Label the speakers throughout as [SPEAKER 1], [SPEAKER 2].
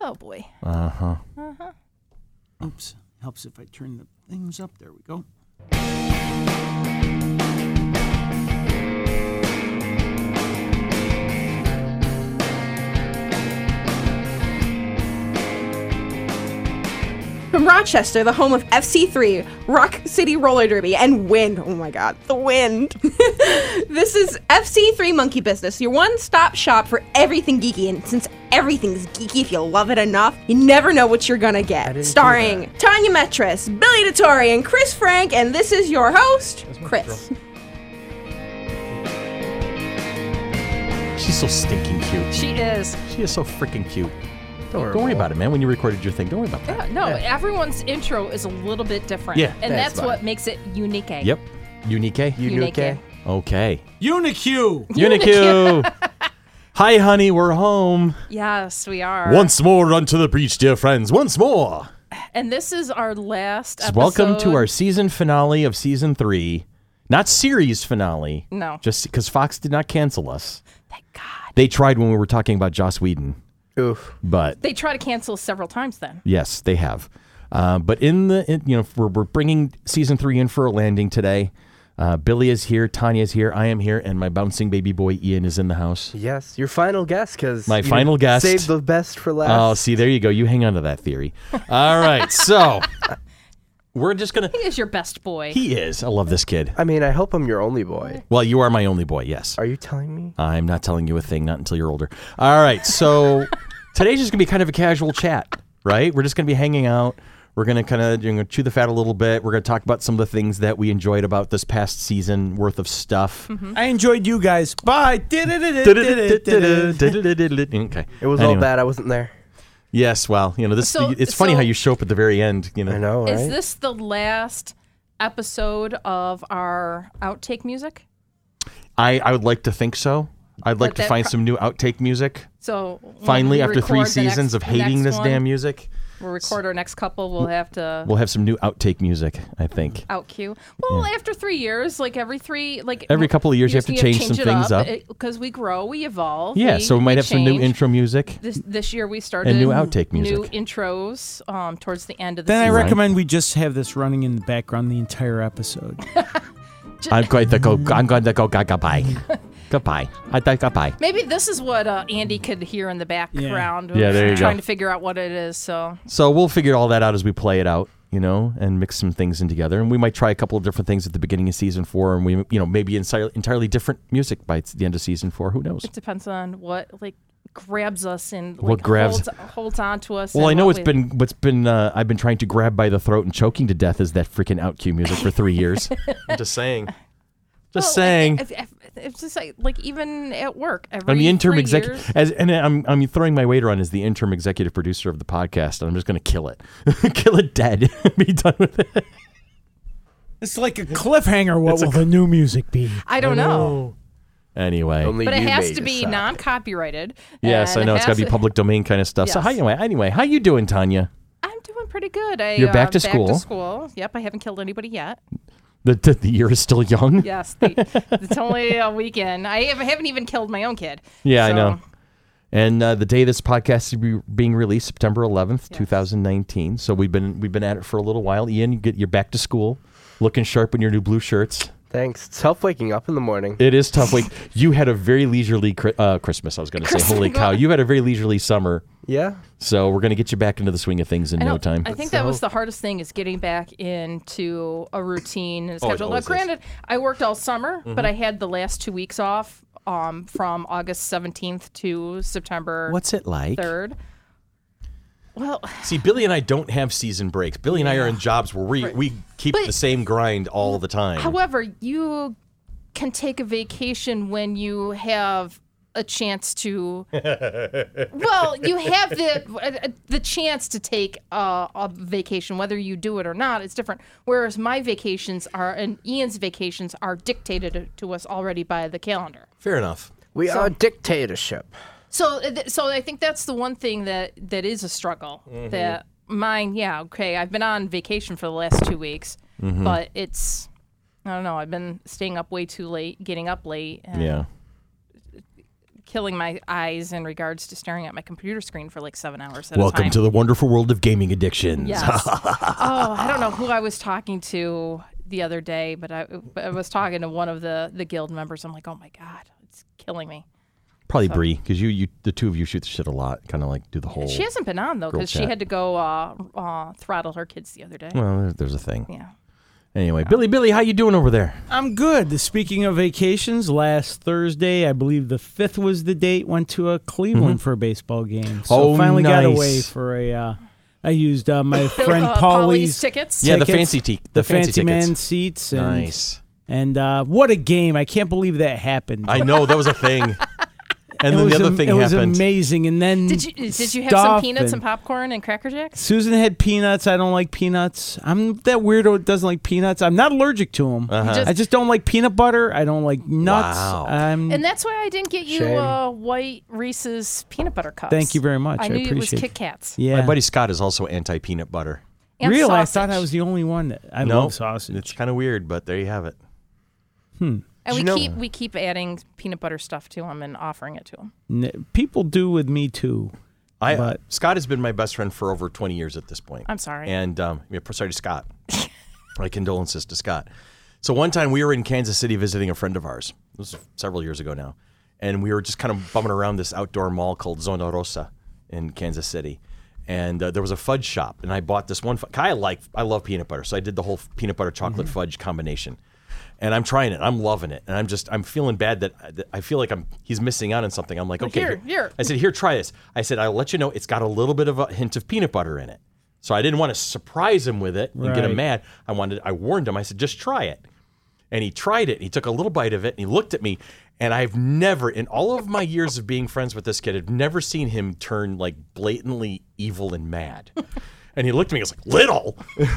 [SPEAKER 1] Oh boy.
[SPEAKER 2] Uh huh.
[SPEAKER 3] Oops. Helps if I turn the things up. There we go.
[SPEAKER 1] From Rochester, the home of FC3, Rock City Roller Derby, and Wind. Oh my god, the Wind. this is FC3 Monkey Business, your one stop shop for everything geeky. And since everything's geeky, if you love it enough, you never know what you're gonna get.
[SPEAKER 4] didn't see
[SPEAKER 1] Starring Tanya Metris, Billy DeTore, and Chris Frank, and this is your host, Chris.
[SPEAKER 2] She's so stinking cute.
[SPEAKER 4] She is.
[SPEAKER 2] She is so freaking cute.
[SPEAKER 4] Adorable.
[SPEAKER 2] Don't worry about it, man. When you recorded your thing, don't worry about that.
[SPEAKER 4] Yeah, Uh, no, everyone's intro is a little bit different.
[SPEAKER 2] Yeah,
[SPEAKER 4] and
[SPEAKER 2] that's
[SPEAKER 4] that's, what
[SPEAKER 2] fine.
[SPEAKER 4] makes it unique. eh?
[SPEAKER 2] Yep. Unique. eh?
[SPEAKER 4] Unique. Unique.
[SPEAKER 2] Okay.
[SPEAKER 3] Unicue.
[SPEAKER 2] Unique. Hi, honey. We're home.
[SPEAKER 4] Yes, we are.
[SPEAKER 2] Once more unto the breach, dear friends. Once more.
[SPEAKER 4] And this is our last episode.
[SPEAKER 2] Welcome to our season finale of season three. Not series finale.
[SPEAKER 4] No.
[SPEAKER 2] Just because Fox did not cancel us.
[SPEAKER 4] Thank God.
[SPEAKER 2] They tried when we were talking about Joss Whedon,
[SPEAKER 4] Oof.
[SPEAKER 2] but
[SPEAKER 4] They try to cancel several times then.
[SPEAKER 2] Yes, they have. Uh, but in the, in, you know, we're, we're bringing season three in for a landing today. Uh, Billy is here, Tanya is here, I am here, and my bouncing baby boy Ian is in the house.
[SPEAKER 5] Yes, your final guess, because
[SPEAKER 2] My final guess.
[SPEAKER 5] Save the best for last.
[SPEAKER 2] Oh, see, there you go. You hang on to that theory. All right, so we're just gonna.
[SPEAKER 4] He is your best boy.
[SPEAKER 2] He is. I love this kid.
[SPEAKER 5] I mean, I hope I'm your only boy.
[SPEAKER 2] Well, you are my only boy. Yes,
[SPEAKER 5] Are you telling me?
[SPEAKER 2] I'm not telling you a thing. Not until you're older. All right, so today's just gonna be kind of a casual chat, right? We're just gonna be hanging out. We're gonna kind of you know, chew the fat a little bit. We're gonna talk about some of the things that we enjoyed about this past season worth of stuff.
[SPEAKER 3] Mm-hmm. I enjoyed you guys. Bye.
[SPEAKER 2] okay.
[SPEAKER 5] It was
[SPEAKER 2] Anyway.
[SPEAKER 5] all bad. I wasn't there.
[SPEAKER 2] Yes, well, you know, this
[SPEAKER 4] So-
[SPEAKER 2] it's funny
[SPEAKER 4] so-
[SPEAKER 2] how you show up at the very end, you know.
[SPEAKER 5] I know, right?
[SPEAKER 4] Is this the last episode of our outtake music?
[SPEAKER 2] I, I would like to think so. I'd like
[SPEAKER 4] But
[SPEAKER 2] to
[SPEAKER 4] that
[SPEAKER 2] find
[SPEAKER 4] pro-
[SPEAKER 2] some new outtake music.
[SPEAKER 4] So when
[SPEAKER 2] Finally,
[SPEAKER 4] we
[SPEAKER 2] after three
[SPEAKER 4] record the next-
[SPEAKER 2] seasons of
[SPEAKER 4] the
[SPEAKER 2] hating
[SPEAKER 4] next
[SPEAKER 2] this
[SPEAKER 4] one,
[SPEAKER 2] damn music,
[SPEAKER 4] we'll record our next couple. We'll have to
[SPEAKER 2] we'll have some new outtake music, I think.
[SPEAKER 4] out cue. Well, after three years, like every three, like
[SPEAKER 2] Every couple of years you have to change some things up.
[SPEAKER 4] because we grow, we evolve.
[SPEAKER 2] Yeah, so we might have some new
[SPEAKER 4] change.
[SPEAKER 2] intro music.
[SPEAKER 4] This, this year we started
[SPEAKER 2] new outtake
[SPEAKER 4] new
[SPEAKER 2] music.
[SPEAKER 4] intros um, towards the end of the
[SPEAKER 3] Then I
[SPEAKER 4] season.
[SPEAKER 2] Right.
[SPEAKER 3] recommend we just have this running in the background the entire episode.
[SPEAKER 2] I'm going to go I'm going to go go- goodbye. goodbye. I think goodbye.
[SPEAKER 4] Maybe this is what uh, Andy could hear in the background.
[SPEAKER 2] Yeah, there you go.
[SPEAKER 4] Trying to figure out what it is. So
[SPEAKER 2] So we'll figure all that out as we play it out, you know, and mix some things in together. And we might try a couple of different things at the beginning of season four, and we, you know, maybe entirely, entirely different music by the end of season four. Who knows?
[SPEAKER 4] it depends on what like grabs us and like,
[SPEAKER 2] What grabs-
[SPEAKER 4] holds, holds on to us.
[SPEAKER 2] Well, I
[SPEAKER 4] and
[SPEAKER 2] know
[SPEAKER 4] what
[SPEAKER 2] what's
[SPEAKER 4] we-
[SPEAKER 2] been what's been uh, I've been trying to grab by the throat and choking to death is that freaking out cue music for three years. I'm just saying, just
[SPEAKER 4] Well,
[SPEAKER 2] saying.
[SPEAKER 4] if- if- it's just like, like even at work. Every
[SPEAKER 2] I'm the interim
[SPEAKER 4] three
[SPEAKER 2] executive,
[SPEAKER 4] years-
[SPEAKER 2] as and I'm I'm throwing my weight around as the interim executive producer of the podcast, and I'm just gonna kill it, kill it dead, be done with it.
[SPEAKER 3] it's like a cliffhanger. What will the new music be?
[SPEAKER 4] I don't know.
[SPEAKER 2] Anyway,
[SPEAKER 5] Only
[SPEAKER 4] But it
[SPEAKER 5] you
[SPEAKER 4] has
[SPEAKER 5] may
[SPEAKER 4] to be
[SPEAKER 5] decide.
[SPEAKER 4] non-copyrighted.
[SPEAKER 2] Yes, I
[SPEAKER 4] and
[SPEAKER 2] know it's got
[SPEAKER 4] has
[SPEAKER 2] to be public domain kind of stuff. So
[SPEAKER 4] Yes.
[SPEAKER 2] hi, anyway, anyway, how you doing, Tanya?
[SPEAKER 4] I'm doing pretty good. I,
[SPEAKER 2] You're back
[SPEAKER 4] uh,
[SPEAKER 2] to school.
[SPEAKER 4] school. Yep, I haven't killed anybody yet.
[SPEAKER 2] The the, the year is still young.
[SPEAKER 4] Yes, the, it's only a weekend. I hav- haven't even killed my own kid.
[SPEAKER 2] Yeah, I
[SPEAKER 4] So,
[SPEAKER 2] know. And uh, the day this podcast is be, being released, September 11th, 2019. So we've been we've been at it for a little while. Ian, you get you're back to school, looking sharp in your new blue shirts.
[SPEAKER 5] Thanks. It's tough waking up in the morning.
[SPEAKER 2] It is tough. Like you had a very leisurely cri- uh, Christmas. I was going to say, holy cow, you had a very leisurely summer.
[SPEAKER 5] Yeah.
[SPEAKER 2] So we're going to get you back into the swing of things in
[SPEAKER 4] I
[SPEAKER 2] no
[SPEAKER 4] don't-
[SPEAKER 2] time.
[SPEAKER 4] I think that was the hardest thing is getting back into a routine and a
[SPEAKER 2] Oh, it
[SPEAKER 4] schedule. now,
[SPEAKER 2] always is. Mm-hmm.
[SPEAKER 4] granted, I worked all summer, but I had the last two weeks off um, from August 17th to September
[SPEAKER 2] What's it like?
[SPEAKER 4] 3rd. Well,
[SPEAKER 2] See, Billy and I don't have season breaks. Billy and I are in jobs where we, we keep the same grind all the time.
[SPEAKER 4] However, you can take a vacation when you have a chance to. well, you have the uh, the chance to take a, a vacation, whether you do it or not. It's different. Whereas my vacations are and Ian's vacations are dictated to us already by the calendar.
[SPEAKER 2] Fair enough.
[SPEAKER 5] We are dictatorship.
[SPEAKER 4] So, uh, th- so I think that's the one thing that that is a struggle.
[SPEAKER 2] Mm-hmm.
[SPEAKER 4] That mine, yeah, okay. I've been on vacation for the last two weeks,
[SPEAKER 2] Mm-hmm.
[SPEAKER 4] but it's I don't know. I've been staying up way too late, getting up late, and
[SPEAKER 2] Yeah.
[SPEAKER 4] killing my eyes in regards to staring at my computer screen for like seven hours at a
[SPEAKER 2] Welcome
[SPEAKER 4] time.
[SPEAKER 2] to the wonderful world of gaming addictions.
[SPEAKER 4] Yes. oh, I don't know who I was talking to the other day, but I, I was talking to one of the the guild members. I'm like, oh my god, it's killing me.
[SPEAKER 2] Probably Bree, because you, you, the two of you shoot the shit a lot. Kind of like do the whole.
[SPEAKER 4] She hasn't been on though
[SPEAKER 2] Girl
[SPEAKER 4] because she
[SPEAKER 2] chat.
[SPEAKER 4] had to go uh, uh, throttle her kids the other day.
[SPEAKER 2] Well, there- there's a thing.
[SPEAKER 4] Yeah.
[SPEAKER 2] Anyway, Billy, Billy, how you doing over there?
[SPEAKER 3] I'm good. Speaking of vacations, last Thursday, I believe the fifth was the date, went to uh, Cleveland for a baseball game. So
[SPEAKER 2] Mm-hmm. Oh,
[SPEAKER 3] finally got
[SPEAKER 2] nice.
[SPEAKER 3] away for a. Uh, I used uh, my friend
[SPEAKER 4] uh,
[SPEAKER 3] Paulie's
[SPEAKER 4] tickets.
[SPEAKER 2] Yeah, the
[SPEAKER 3] tickets,
[SPEAKER 2] fancy te- the fancy
[SPEAKER 3] fancy man
[SPEAKER 2] tickets.
[SPEAKER 3] seats. And,
[SPEAKER 2] Nice.
[SPEAKER 3] And uh, what a game! I can't believe that happened.
[SPEAKER 2] I know that was a thing. And
[SPEAKER 3] It
[SPEAKER 2] then
[SPEAKER 3] was
[SPEAKER 2] the other
[SPEAKER 3] am-
[SPEAKER 2] thing
[SPEAKER 3] it was
[SPEAKER 2] happened.
[SPEAKER 3] amazing. And then
[SPEAKER 4] Did you did you have some
[SPEAKER 3] stuff and-
[SPEAKER 4] peanuts and popcorn and cracker jacks?
[SPEAKER 3] Susan had peanuts. I don't like peanuts. I'm that weirdo that doesn't like peanuts. I'm not allergic to them.
[SPEAKER 4] Just-
[SPEAKER 3] I just don't like peanut butter. I don't like nuts.
[SPEAKER 2] Uh-huh. Wow.
[SPEAKER 3] I'm,
[SPEAKER 4] And that's why I didn't get you
[SPEAKER 5] Shame.
[SPEAKER 4] uh, white Reese's peanut butter cups.
[SPEAKER 3] Thank you very much.
[SPEAKER 4] I
[SPEAKER 3] I
[SPEAKER 4] knew it was
[SPEAKER 3] appreciate
[SPEAKER 4] Kit
[SPEAKER 3] it.
[SPEAKER 4] Kats.
[SPEAKER 3] yeah.
[SPEAKER 2] My buddy Scott is also anti peanut butter.
[SPEAKER 4] and
[SPEAKER 3] Really? I
[SPEAKER 4] sausage.
[SPEAKER 3] thought I was the only one. That, I
[SPEAKER 2] no
[SPEAKER 3] love sausage.
[SPEAKER 2] It's kind of weird, but there you have it.
[SPEAKER 4] And
[SPEAKER 5] Did
[SPEAKER 4] we
[SPEAKER 5] you know-
[SPEAKER 4] keep we keep adding peanut butter stuff to them and offering it to them.
[SPEAKER 3] N- People do with me too.
[SPEAKER 2] I uh,
[SPEAKER 3] But-
[SPEAKER 2] Scott has been my best friend for over 20 years at this point.
[SPEAKER 4] I'm sorry.
[SPEAKER 2] And um, yeah, sorry to Scott. my condolences to Scott. So one time we were in Kansas City visiting a friend of ours. This was several years ago now, and we were just kind of bumming around this outdoor mall called Zona Rosa in Kansas City. And uh, there was a fudge shop, and I bought this one. fu- I like, I love peanut butter, so I did the whole peanut butter chocolate
[SPEAKER 4] Mm-hmm.
[SPEAKER 2] fudge combination. And I'm trying it. I'm loving it, and I'm just, I'm feeling bad that that I feel like I'm. He's missing out on something. I'm like, okay,
[SPEAKER 4] here, here.
[SPEAKER 2] I said, here, try this. I said, I'll let you know. It's got a little bit of a hint of peanut butter in it, so I didn't want to surprise him with it and get him
[SPEAKER 3] Right.
[SPEAKER 2] mad mad. I wanted I warned him. I said, just try it. And he tried it. He took a little bite of it and he looked at me. And I've never, in all of my years of being friends with this kid, I've never seen him turn like blatantly evil and mad. And he looked at me, he was like, little.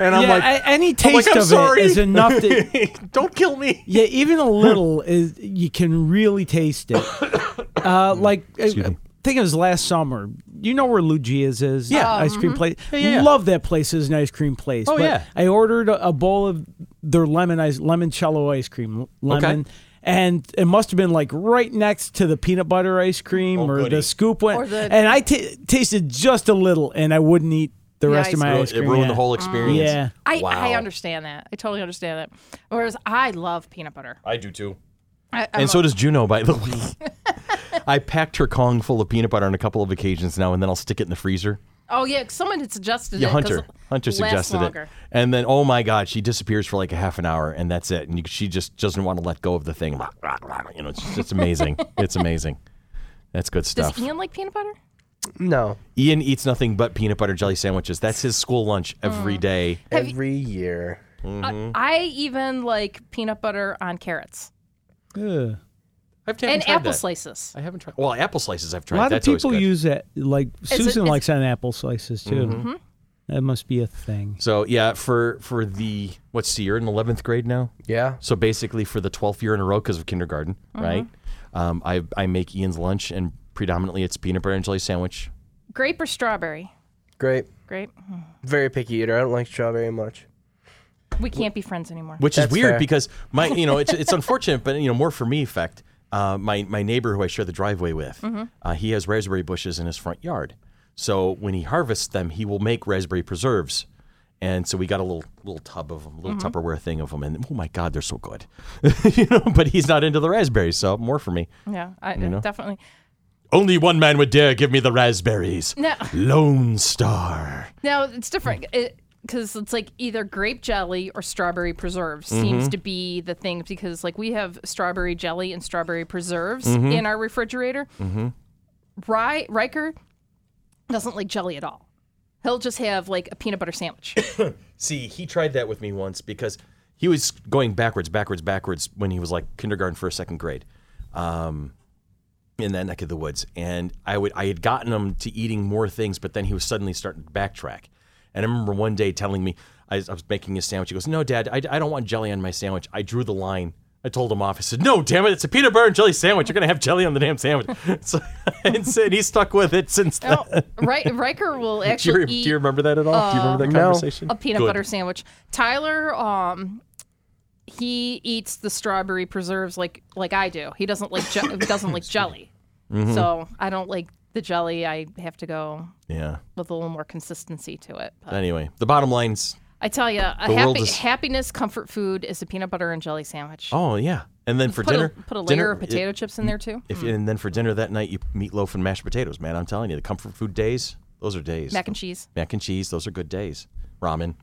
[SPEAKER 2] And I'm
[SPEAKER 3] yeah,
[SPEAKER 2] like,
[SPEAKER 3] a- any
[SPEAKER 2] I'm like,
[SPEAKER 3] taste
[SPEAKER 2] "I'm
[SPEAKER 3] of
[SPEAKER 2] sorry.
[SPEAKER 3] it is enough to.
[SPEAKER 2] don't kill me.
[SPEAKER 3] Yeah, even a little is you can really taste it.
[SPEAKER 2] Mm,
[SPEAKER 3] Uh, like I, I think it was last summer. You know where Lugia's is?
[SPEAKER 2] Yeah. Mm-hmm.
[SPEAKER 3] ice cream place.
[SPEAKER 2] yeah, yeah.
[SPEAKER 3] Love that place as an ice cream place.
[SPEAKER 2] Oh,
[SPEAKER 3] but
[SPEAKER 2] yeah.
[SPEAKER 3] I ordered a, a bowl of their lemon ice lemon cello ice cream lemon. And it must have been like right next to the peanut butter ice cream or
[SPEAKER 2] Oh, goody.
[SPEAKER 3] the scoop one.
[SPEAKER 4] Or the-
[SPEAKER 3] and I ta tasted just a little, and I wouldn't eat the
[SPEAKER 4] The
[SPEAKER 3] rest
[SPEAKER 4] ice
[SPEAKER 3] of my
[SPEAKER 4] cream.
[SPEAKER 3] ice
[SPEAKER 2] It
[SPEAKER 3] cream.
[SPEAKER 2] ruined the
[SPEAKER 3] yeah.
[SPEAKER 2] whole experience.
[SPEAKER 3] Yeah.
[SPEAKER 4] I,
[SPEAKER 2] Wow.
[SPEAKER 4] I understand that. I totally understand that. Whereas I love peanut butter.
[SPEAKER 2] I do too.
[SPEAKER 4] I, I'm
[SPEAKER 2] And so
[SPEAKER 4] a-
[SPEAKER 2] does Juno, by the way. I packed her Kong full of peanut butter on a couple of occasions now, and then I'll stick it in the freezer.
[SPEAKER 4] oh yeah, someone had suggested
[SPEAKER 2] Yeah,
[SPEAKER 4] it. 'cause
[SPEAKER 2] Hunter.
[SPEAKER 4] it
[SPEAKER 2] Hunter
[SPEAKER 4] lasts
[SPEAKER 2] suggested it,
[SPEAKER 4] longer.
[SPEAKER 2] and then oh my God, she disappears for like a half an hour, and that's it. And you, she just doesn't want to let go of the thing. You know, it's just it's amazing. it's amazing. That's good stuff.
[SPEAKER 4] Does
[SPEAKER 2] Ian-,
[SPEAKER 4] Ian like peanut butter?
[SPEAKER 5] No.
[SPEAKER 2] eats nothing but peanut butter jelly sandwiches. That's his school lunch
[SPEAKER 4] Hmm.
[SPEAKER 2] every day.
[SPEAKER 4] Have you-
[SPEAKER 5] Every year.
[SPEAKER 2] Mm.
[SPEAKER 4] I, I even like peanut butter on carrots
[SPEAKER 3] Ugh.
[SPEAKER 2] I've
[SPEAKER 4] and apple slices.
[SPEAKER 2] I haven't tried. Well, apple slices I've
[SPEAKER 3] A
[SPEAKER 2] tried.
[SPEAKER 3] lot
[SPEAKER 2] That's
[SPEAKER 3] of
[SPEAKER 2] always
[SPEAKER 3] people
[SPEAKER 2] good.
[SPEAKER 3] use that. Like Susan
[SPEAKER 4] it's-
[SPEAKER 3] likes on apple slices too.
[SPEAKER 4] Mm-hmm.
[SPEAKER 3] That must be a thing.
[SPEAKER 2] So yeah, for for the what's the year in eleventh grade now?
[SPEAKER 5] Yeah.
[SPEAKER 2] So basically, for the twelfth year in a row because of kindergarten,
[SPEAKER 5] Mm-hmm.
[SPEAKER 2] right? Um, I I make Ian's lunch, and predominantly it's peanut butter and jelly sandwich.
[SPEAKER 4] Grape or strawberry?
[SPEAKER 5] Great.
[SPEAKER 4] Grape.
[SPEAKER 5] Very picky eater. I don't like strawberry much.
[SPEAKER 4] We can't be friends anymore.
[SPEAKER 2] which is
[SPEAKER 5] That's
[SPEAKER 2] weird
[SPEAKER 5] fair.
[SPEAKER 2] because my you know it's it's unfortunate but you know more for me effect uh, my my neighbor who I share the driveway with
[SPEAKER 5] Mm-hmm.
[SPEAKER 2] uh, he has raspberry bushes in his front yard so when he harvests them he will make raspberry preserves and so we got a little little tub of them, a
[SPEAKER 5] Mm-hmm.
[SPEAKER 2] little Tupperware thing of them, and oh my God, they're so good, you know. But he's not into the raspberries, so more for me.
[SPEAKER 4] yeah, I, definitely.
[SPEAKER 2] Only one man would dare give me the raspberries.
[SPEAKER 4] No.
[SPEAKER 2] Lone Star.
[SPEAKER 4] No, it's different because it's like either grape jelly or strawberry preserves seems to be the thing because like we have strawberry jelly and strawberry preserves in our refrigerator. Mm-hmm. Ry- Riker doesn't like jelly at all. He'll just have like a peanut butter sandwich.
[SPEAKER 2] See, he tried that with me once because he was going backwards, backwards, backwards when he was like kindergarten, first, second grade, um, in that neck of the woods. And I would, I had gotten him to eating more things, but then he was suddenly starting to backtrack. And I remember one day telling me, I, was- I was making his sandwich. He goes, "No, Dad, I, I don't want jelly on my sandwich." I drew the line. I told him off. I said, "No, damn it! It's a peanut butter and jelly sandwich. You're gonna have jelly on the damn sandwich." So, and said he stuck with it since then.
[SPEAKER 4] no, Ry- Riker will
[SPEAKER 2] Do you,
[SPEAKER 4] actually
[SPEAKER 2] re- do
[SPEAKER 4] eat
[SPEAKER 2] you remember that at all? do you remember that
[SPEAKER 5] no.
[SPEAKER 2] conversation?
[SPEAKER 4] a peanut
[SPEAKER 2] Good.
[SPEAKER 4] butter sandwich. Tyler, um, he eats the strawberry preserves like like I do. He doesn't like je- doesn't like jelly.
[SPEAKER 2] Mm-hmm.
[SPEAKER 4] So I don't like the jelly. I have to go
[SPEAKER 2] Yeah.
[SPEAKER 4] with a little more consistency to it. But
[SPEAKER 2] Uh, Anyway, the bottom line's
[SPEAKER 4] I tell you, a
[SPEAKER 2] The world
[SPEAKER 4] happy,
[SPEAKER 2] is-
[SPEAKER 4] happiness comfort food is a peanut butter and jelly sandwich.
[SPEAKER 2] oh yeah, and then for
[SPEAKER 4] put
[SPEAKER 2] dinner,
[SPEAKER 4] a, put a layer
[SPEAKER 2] dinner,
[SPEAKER 4] of potato Hmm. chips in there too.
[SPEAKER 2] If and then for dinner that night, you meatloaf and mashed potatoes. Man, I'm telling you, the comfort food days, those are days.
[SPEAKER 4] Mac and cheese.
[SPEAKER 2] Mac and cheese, those are good days. Ramen,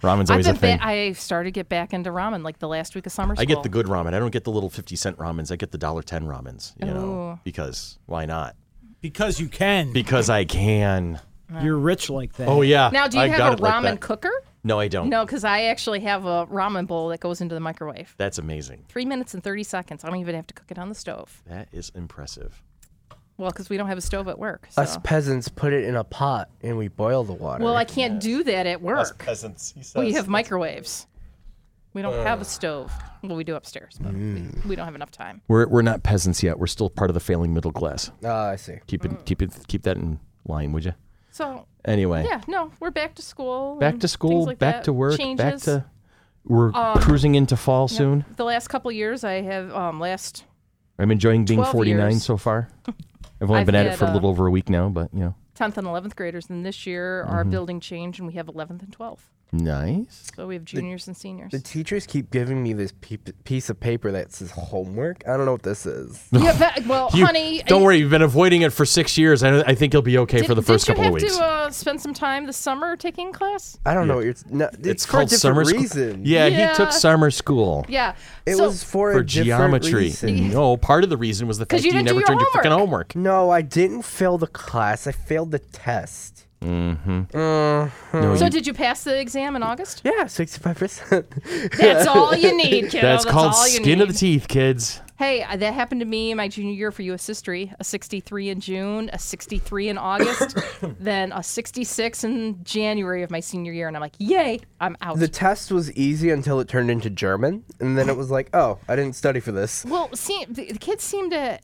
[SPEAKER 2] ramen's always
[SPEAKER 4] I've
[SPEAKER 2] a
[SPEAKER 4] been
[SPEAKER 2] thing.
[SPEAKER 4] ba- I started to get back into ramen like the last week of summer school.
[SPEAKER 2] I get the good ramen. I don't get the little fifty cent ramens. I get the dollar ten ramens. You know,
[SPEAKER 4] Ooh.
[SPEAKER 2] because why not?
[SPEAKER 3] Because you can.
[SPEAKER 2] Because I can.
[SPEAKER 3] You're rich like that.
[SPEAKER 2] Oh yeah.
[SPEAKER 4] Now, do you
[SPEAKER 2] I got
[SPEAKER 4] have
[SPEAKER 2] it
[SPEAKER 4] a
[SPEAKER 2] like
[SPEAKER 4] ramen
[SPEAKER 2] that.
[SPEAKER 4] cooker?
[SPEAKER 2] No, I don't.
[SPEAKER 4] No, because I actually have a ramen bowl that goes into the microwave.
[SPEAKER 2] That's amazing.
[SPEAKER 4] Three minutes and 30 seconds. I don't even have to cook it on the stove.
[SPEAKER 2] That is impressive.
[SPEAKER 4] Well, because we don't have a stove at work.
[SPEAKER 5] Us
[SPEAKER 4] so.
[SPEAKER 5] peasants put it in a pot and we boil the water.
[SPEAKER 4] Well, I can't do that at work.
[SPEAKER 2] peasants, he says.
[SPEAKER 4] We have microwaves. We don't have a stove. Well, we do upstairs, but
[SPEAKER 2] Mm.
[SPEAKER 4] we, we don't have enough time.
[SPEAKER 2] We're we're not peasants yet. We're still part of the failing middle class.
[SPEAKER 5] Ah, I see.
[SPEAKER 2] Keep it
[SPEAKER 4] Mm.
[SPEAKER 2] keep it keep that in line, would you?
[SPEAKER 4] So,
[SPEAKER 2] Anyway.
[SPEAKER 4] yeah, no, we're back to school.
[SPEAKER 2] Back
[SPEAKER 4] and
[SPEAKER 2] to
[SPEAKER 4] things
[SPEAKER 2] school,
[SPEAKER 4] like
[SPEAKER 2] back
[SPEAKER 4] that.
[SPEAKER 2] to work,
[SPEAKER 4] Changes. Um,
[SPEAKER 2] back to we're cruising into fall soon.
[SPEAKER 4] The last couple years, I have um, last
[SPEAKER 2] I'm enjoying being
[SPEAKER 4] 12
[SPEAKER 2] 49
[SPEAKER 4] years.
[SPEAKER 2] so far. I've only
[SPEAKER 4] I've
[SPEAKER 2] been at it
[SPEAKER 4] had,
[SPEAKER 2] for a
[SPEAKER 4] uh,
[SPEAKER 2] little over a week now, but you know.
[SPEAKER 4] 10th and 11th graders, and this year
[SPEAKER 2] Mm-hmm.
[SPEAKER 4] our building changed, and we have 11th and 12th.
[SPEAKER 2] Nice.
[SPEAKER 4] So we have juniors and seniors.
[SPEAKER 5] The teachers keep giving me this pe- piece of paper that says homework. I don't know what this is.
[SPEAKER 4] yeah, but, well, honey,
[SPEAKER 2] don't worry, you've been avoiding it for six years. I, I think you'll be okay
[SPEAKER 4] did,
[SPEAKER 2] for the
[SPEAKER 4] did
[SPEAKER 2] first couple
[SPEAKER 4] you
[SPEAKER 2] of
[SPEAKER 4] have
[SPEAKER 2] weeks.
[SPEAKER 4] to uh, spend some time this summer taking class?
[SPEAKER 5] I don't know what you're. No, it's,
[SPEAKER 2] it's
[SPEAKER 5] for a
[SPEAKER 2] called
[SPEAKER 5] different
[SPEAKER 2] summer school.
[SPEAKER 5] reason.
[SPEAKER 2] Yeah, he
[SPEAKER 4] Yeah.
[SPEAKER 2] took summer school
[SPEAKER 4] Yeah.
[SPEAKER 5] It
[SPEAKER 4] so,
[SPEAKER 5] was for,
[SPEAKER 2] for
[SPEAKER 5] a different
[SPEAKER 2] geometry.
[SPEAKER 5] reason.
[SPEAKER 2] No, part of the reason was the fact
[SPEAKER 4] you
[SPEAKER 2] that you
[SPEAKER 4] didn't
[SPEAKER 2] never
[SPEAKER 4] do your
[SPEAKER 2] turned your freaking homework.
[SPEAKER 5] No, I didn't fail the class. I failed the test.
[SPEAKER 2] No,
[SPEAKER 4] so
[SPEAKER 2] you-
[SPEAKER 4] did you pass the exam in August?
[SPEAKER 5] Yeah, sixty-five percent.
[SPEAKER 4] That's all you need, kiddo.
[SPEAKER 2] that's,
[SPEAKER 4] That's,
[SPEAKER 2] called
[SPEAKER 4] all you
[SPEAKER 2] skin
[SPEAKER 4] need.
[SPEAKER 2] of the teeth, kids.
[SPEAKER 4] Hey, uh, that happened to me my junior year for U.S. history. A 63 in June, a 63 in August, then a 66 in January of my senior year, and I'm like, yay, I'm out.
[SPEAKER 5] The test was easy until it turned into German, and then it was like, oh, I didn't study for this.
[SPEAKER 4] well, see, the the kids seem to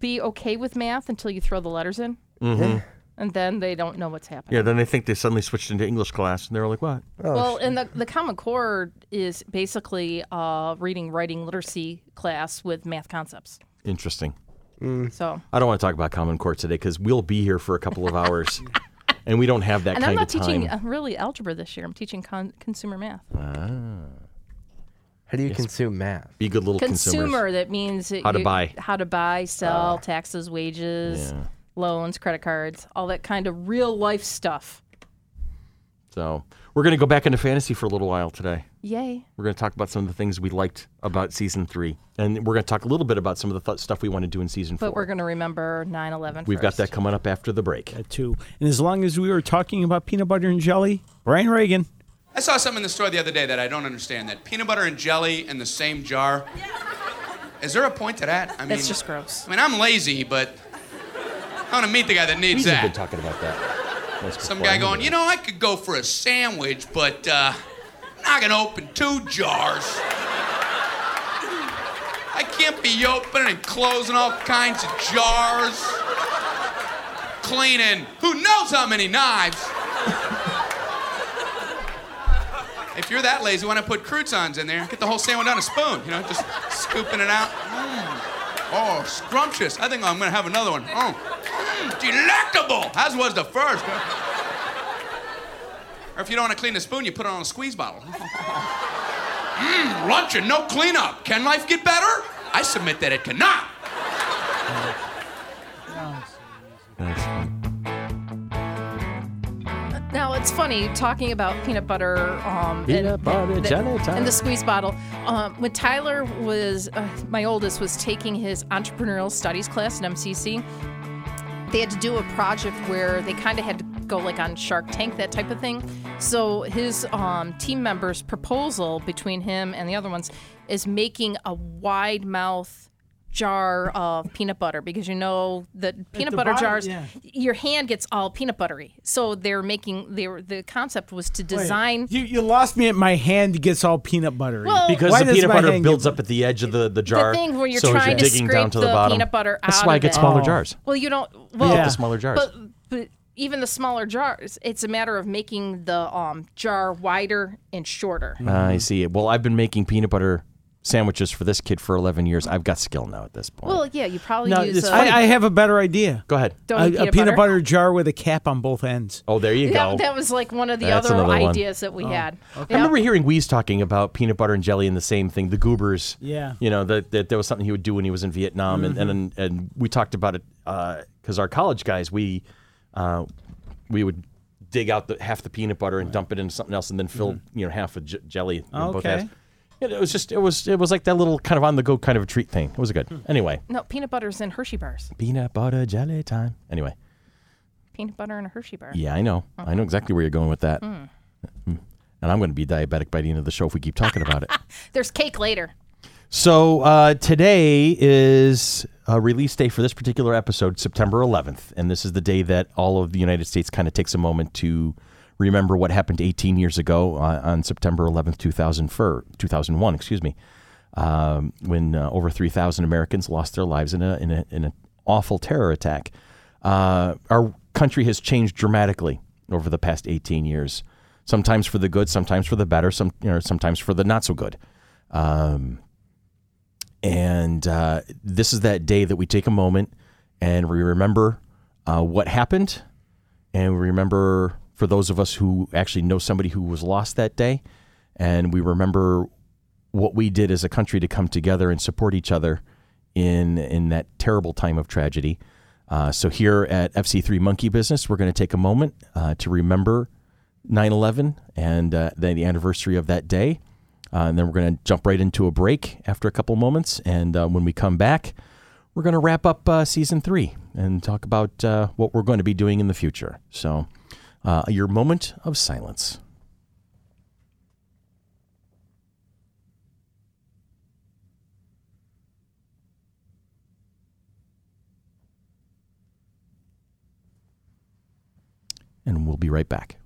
[SPEAKER 4] be okay with math until you throw the letters in,
[SPEAKER 2] Mm-hmm.
[SPEAKER 4] and then they don't know what's happening.
[SPEAKER 2] Yeah, then they think they suddenly switched into English class, and they're like, "What?"
[SPEAKER 5] Oh.
[SPEAKER 4] well, and the, the Common Core is basically uh, reading, writing, literacy class with math concepts.
[SPEAKER 2] Interesting.
[SPEAKER 4] So,
[SPEAKER 2] I don't want to talk about Common Core today because we'll be here for a couple of hours, and we don't have that
[SPEAKER 4] and
[SPEAKER 2] kind
[SPEAKER 4] I'm not
[SPEAKER 2] of
[SPEAKER 4] teaching
[SPEAKER 2] time.
[SPEAKER 4] uh, really algebra this year. I'm teaching con- consumer math.
[SPEAKER 5] How do you consume math?
[SPEAKER 2] Be good little consumers.
[SPEAKER 4] Consumer, that means that
[SPEAKER 2] How to
[SPEAKER 4] you-
[SPEAKER 2] buy.
[SPEAKER 4] how to buy, sell, taxes, wages, loans, credit cards, all that kind of real life stuff.
[SPEAKER 2] So we're going to go back into fantasy for a little while today.
[SPEAKER 4] Yay.
[SPEAKER 2] We're going to talk about some of the things we liked about season three, and we're going to talk a little bit about some of the th- stuff we want to do in season
[SPEAKER 4] But
[SPEAKER 2] 4
[SPEAKER 4] we're going to remember 9 11.
[SPEAKER 2] We've got that coming up after the break.
[SPEAKER 3] uh, Too. And as long as we were talking about peanut butter and jelly, Brian Reagan.
[SPEAKER 6] I saw something in the store the other day that I don't understand that peanut butter and jelly in the same jar. Is there a point to that? I mean,
[SPEAKER 4] That's just gross.
[SPEAKER 6] I mean, I'm lazy, but I want to meet the guy that needs
[SPEAKER 2] We've been
[SPEAKER 6] that.
[SPEAKER 2] talking about that. once
[SPEAKER 6] Some
[SPEAKER 2] before.
[SPEAKER 6] guy going, you know, I could go for a sandwich, but uh, I'm not gonna open two jars. I can't be opening and closing all kinds of jars, cleaning who knows how many knives. If you're that lazy, why not put croutons in there? Get the whole sandwich on a spoon, you know, just scooping it out. Mm. Oh, scrumptious. I think I'm gonna have another one. Oh, Mm, delectable, as was the first. Or if you don't want to clean the spoon, you put it on a squeeze bottle. Mmm, lunch and no cleanup. Can life get better? I submit that it cannot.
[SPEAKER 2] That's fun.
[SPEAKER 4] Now, it's funny talking about peanut butter um,
[SPEAKER 2] Peanut
[SPEAKER 4] and,
[SPEAKER 2] butter
[SPEAKER 4] the-
[SPEAKER 2] jelly
[SPEAKER 4] and
[SPEAKER 2] time.
[SPEAKER 4] the squeeze bottle. Um, when Tyler was, uh, my oldest, was taking his entrepreneurial studies class at MCC, they had to do a project where they kind of had to go like on Shark Tank, that type of thing. So his um, team member's proposal between him and the other ones is making a wide mouth jar of peanut butter because you know that peanut
[SPEAKER 3] the
[SPEAKER 4] butter
[SPEAKER 3] bottom,
[SPEAKER 4] jars
[SPEAKER 3] yeah.
[SPEAKER 4] your hand gets all peanut buttery so they're making they were the concept was to design
[SPEAKER 3] You, you lost me at my hand gets all peanut buttery.
[SPEAKER 4] Well-
[SPEAKER 2] Because
[SPEAKER 3] Why
[SPEAKER 2] the
[SPEAKER 3] does
[SPEAKER 2] peanut
[SPEAKER 3] my
[SPEAKER 2] butter
[SPEAKER 3] hand
[SPEAKER 2] builds up at the edge of the, the jar.
[SPEAKER 4] thing where you're
[SPEAKER 2] so as
[SPEAKER 4] trying to
[SPEAKER 2] you're digging down
[SPEAKER 4] scrape
[SPEAKER 2] to the,
[SPEAKER 4] the
[SPEAKER 2] bottom.
[SPEAKER 4] peanut butter
[SPEAKER 2] That's
[SPEAKER 4] out
[SPEAKER 2] why I
[SPEAKER 4] of
[SPEAKER 2] get
[SPEAKER 4] it.
[SPEAKER 2] smaller
[SPEAKER 3] Oh.
[SPEAKER 2] jars.
[SPEAKER 4] Well, you don't. Well,
[SPEAKER 3] Yeah.
[SPEAKER 2] The smaller jars.
[SPEAKER 4] But, but even the smaller jars, it's a matter of making the um, jar wider and shorter.
[SPEAKER 2] Mm. I see. Well, I've been making peanut butter sandwiches for this kid for 11 years. I've got skill now at this point.
[SPEAKER 4] Well, yeah, you probably
[SPEAKER 3] No,
[SPEAKER 4] use
[SPEAKER 3] it's
[SPEAKER 4] a,
[SPEAKER 3] funny. I, I have a better idea.
[SPEAKER 2] Go ahead.
[SPEAKER 4] don't
[SPEAKER 3] a,
[SPEAKER 4] eat
[SPEAKER 3] a peanut butter jar with a cap on both ends.
[SPEAKER 2] Oh, there you go.
[SPEAKER 4] That, that was like one of the
[SPEAKER 2] That's
[SPEAKER 4] other
[SPEAKER 2] another one. Oh.
[SPEAKER 4] ideas that we had.
[SPEAKER 2] I remember hearing Weeze talking about peanut butter and jelly and the same thing, the goobers.
[SPEAKER 3] Yeah. Mm-hmm.
[SPEAKER 2] You know, that, that there was something he would do when he was in Vietnam. And, and, and we talked about it because our college guys, we, uh, we would dig out the, half the peanut butter and dump it into something else and then fill, you know, half of j- jelly. in Both
[SPEAKER 3] Mm-hmm. Okay.
[SPEAKER 2] halves. And it was just, it was, it was like that little kind of on the go kind of a treat thing. It was
[SPEAKER 3] Hmm.
[SPEAKER 2] good. Anyway,
[SPEAKER 4] No, peanut butter's in Hershey bars.
[SPEAKER 2] peanut butter jelly time. Anyway.
[SPEAKER 4] Peanut butter in a Hershey bar.
[SPEAKER 2] Yeah, I know. I know exactly where you're going with that. Mm. And I'm going to be diabetic by the end of the show if we keep talking about it.
[SPEAKER 4] There's cake later.
[SPEAKER 2] So uh, today is a release day for this particular episode, September 11th, and this is the day that all of the United States kind of takes a moment to remember what happened 18 years ago uh, on September 11th, 2004, 2001. Excuse me, um, when uh, over 3,000 Americans lost their lives in a in, a, in an awful terror attack. Uh, our country has changed dramatically over the past 18 years. Sometimes for the good, sometimes for the better, some you know, sometimes for the not so good. Um, And uh, this is that day that we take a moment and we remember uh, what happened. And we remember, for those of us who actually know somebody who was lost that day, and we remember what we did as a country to come together and support each other in, in that terrible time of tragedy. Uh, so, here at FC3 Monkey Business, we're going to take a moment uh, to remember 9 11 and uh, then the anniversary of that day. Uh, and then we're going to jump right into a break after a couple moments. And uh, when we come back, we're going to wrap up uh, season three and talk about uh, what we're going to be doing in the future. So, uh, your moment of silence. And we'll be right back.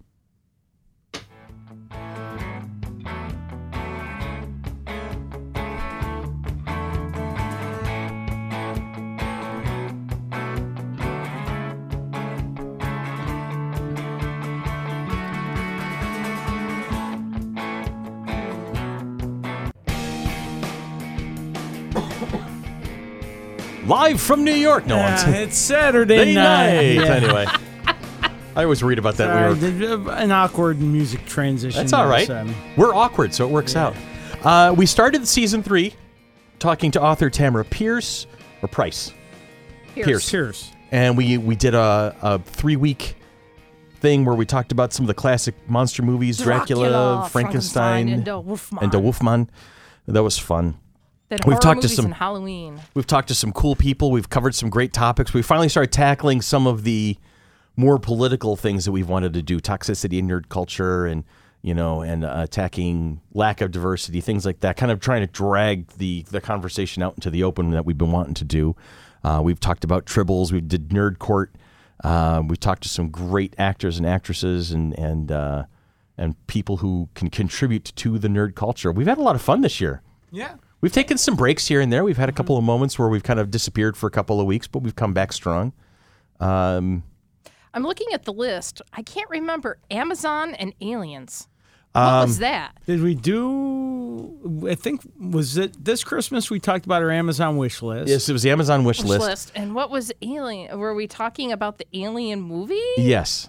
[SPEAKER 2] Live from New York. No, I'm
[SPEAKER 3] Yeah, it's Saturday
[SPEAKER 2] Day
[SPEAKER 3] night.
[SPEAKER 2] night. Anyway, I always worried about that. when we were-
[SPEAKER 3] Sorry, there's, uh, an awkward music transition.
[SPEAKER 2] That's all
[SPEAKER 3] there,
[SPEAKER 2] right.
[SPEAKER 3] so, I mean,
[SPEAKER 2] We're awkward, so it works out. Uh, we started season three talking to author Tamara Pierce or Price,
[SPEAKER 4] Here's
[SPEAKER 2] Pierce.
[SPEAKER 3] Cheers.
[SPEAKER 2] and we we did a, a three week thing where we talked about some of the classic monster movies: Dracula, Frankenstein,
[SPEAKER 4] and the Wolfman.
[SPEAKER 2] and the Wolfman. That was fun.
[SPEAKER 4] Then
[SPEAKER 2] We've
[SPEAKER 4] horror
[SPEAKER 2] talked to
[SPEAKER 4] movies
[SPEAKER 2] some-
[SPEAKER 4] and Halloween.
[SPEAKER 2] We've talked to some cool people. We've covered some great topics. We finally started tackling some of the more political things that we've wanted to do: toxicity in nerd culture, and you know, and uh, attacking lack of diversity, things like that. Kind of trying to drag the the conversation out into the open that we've been wanting to do. Uh, we've talked about tribbles. We did nerd court. Uh, we talked to some great actors and actresses, and and uh, and people who can contribute to the nerd culture. We've had a lot of fun this year.
[SPEAKER 3] Yeah.
[SPEAKER 2] We've taken some breaks here and there. We've had a
[SPEAKER 4] Mm-hmm.
[SPEAKER 2] couple of moments where we've kind of disappeared for a couple of weeks, but we've come back strong. Um,
[SPEAKER 4] I'm looking at the list. I can't remember Amazon and Aliens. What
[SPEAKER 2] Um,
[SPEAKER 4] was that?
[SPEAKER 3] Did we do? I think was it this Christmas we talked about our Amazon wish list.
[SPEAKER 2] yes, it was the Amazon wish,
[SPEAKER 4] Which
[SPEAKER 2] list.
[SPEAKER 4] list? And what was Alien? Were we talking about the Alien movie?
[SPEAKER 2] Yes,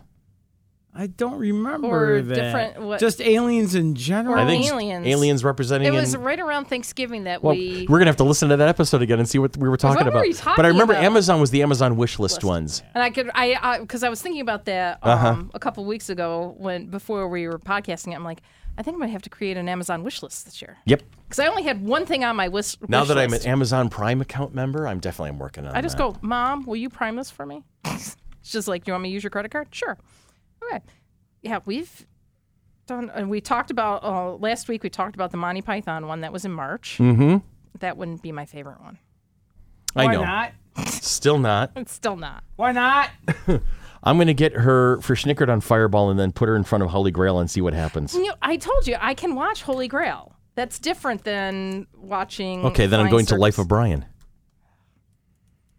[SPEAKER 3] I don't remember
[SPEAKER 4] Or
[SPEAKER 3] that.
[SPEAKER 4] different- what-
[SPEAKER 3] Just aliens in general.
[SPEAKER 4] Or
[SPEAKER 2] I think
[SPEAKER 4] Aliens.
[SPEAKER 2] aliens representing.
[SPEAKER 4] It was
[SPEAKER 2] and-
[SPEAKER 4] right around Thanksgiving that
[SPEAKER 2] well,
[SPEAKER 4] we.
[SPEAKER 2] we're gonna have to listen to that episode again and see what we were talking
[SPEAKER 4] were
[SPEAKER 2] about.
[SPEAKER 4] we
[SPEAKER 2] but I
[SPEAKER 4] talking
[SPEAKER 2] remember
[SPEAKER 4] about?
[SPEAKER 2] Amazon was the Amazon wish list, ones.
[SPEAKER 4] And I could, I, because I, was thinking about that um,
[SPEAKER 2] Uh-huh.
[SPEAKER 4] a couple weeks ago when before we were podcasting it. I'm like, I think I'm gonna have to create an Amazon wish list this year
[SPEAKER 2] Yep.
[SPEAKER 4] because I only had one thing on my wish.
[SPEAKER 2] Now
[SPEAKER 4] wish
[SPEAKER 2] that I'm
[SPEAKER 4] list.
[SPEAKER 2] an Amazon Prime account member, I'm definitely I'm working on.
[SPEAKER 4] I just
[SPEAKER 2] that.
[SPEAKER 4] go, Mom, will you prime this for me? It's just like, you want me to use your credit card? Sure. Okay. Yeah, we've done, and we talked about, uh, last week we talked about the Monty Python one that was in March. Mm hmm.
[SPEAKER 2] Mm-hmm.
[SPEAKER 4] That wouldn't be my favorite one.
[SPEAKER 2] I
[SPEAKER 3] Why
[SPEAKER 2] know.
[SPEAKER 3] not?
[SPEAKER 2] Still not.
[SPEAKER 4] It's still not.
[SPEAKER 3] Why not?
[SPEAKER 2] I'm gonna get her for Schnickered on Fireball and then put her in front of Holy Grail and see what happens.
[SPEAKER 4] You know, I told you, I can watch Holy Grail. That's different than watching.
[SPEAKER 2] Okay, then I'm
[SPEAKER 4] Mm, Flying
[SPEAKER 2] going to
[SPEAKER 4] Circus.
[SPEAKER 2] Life of Brian.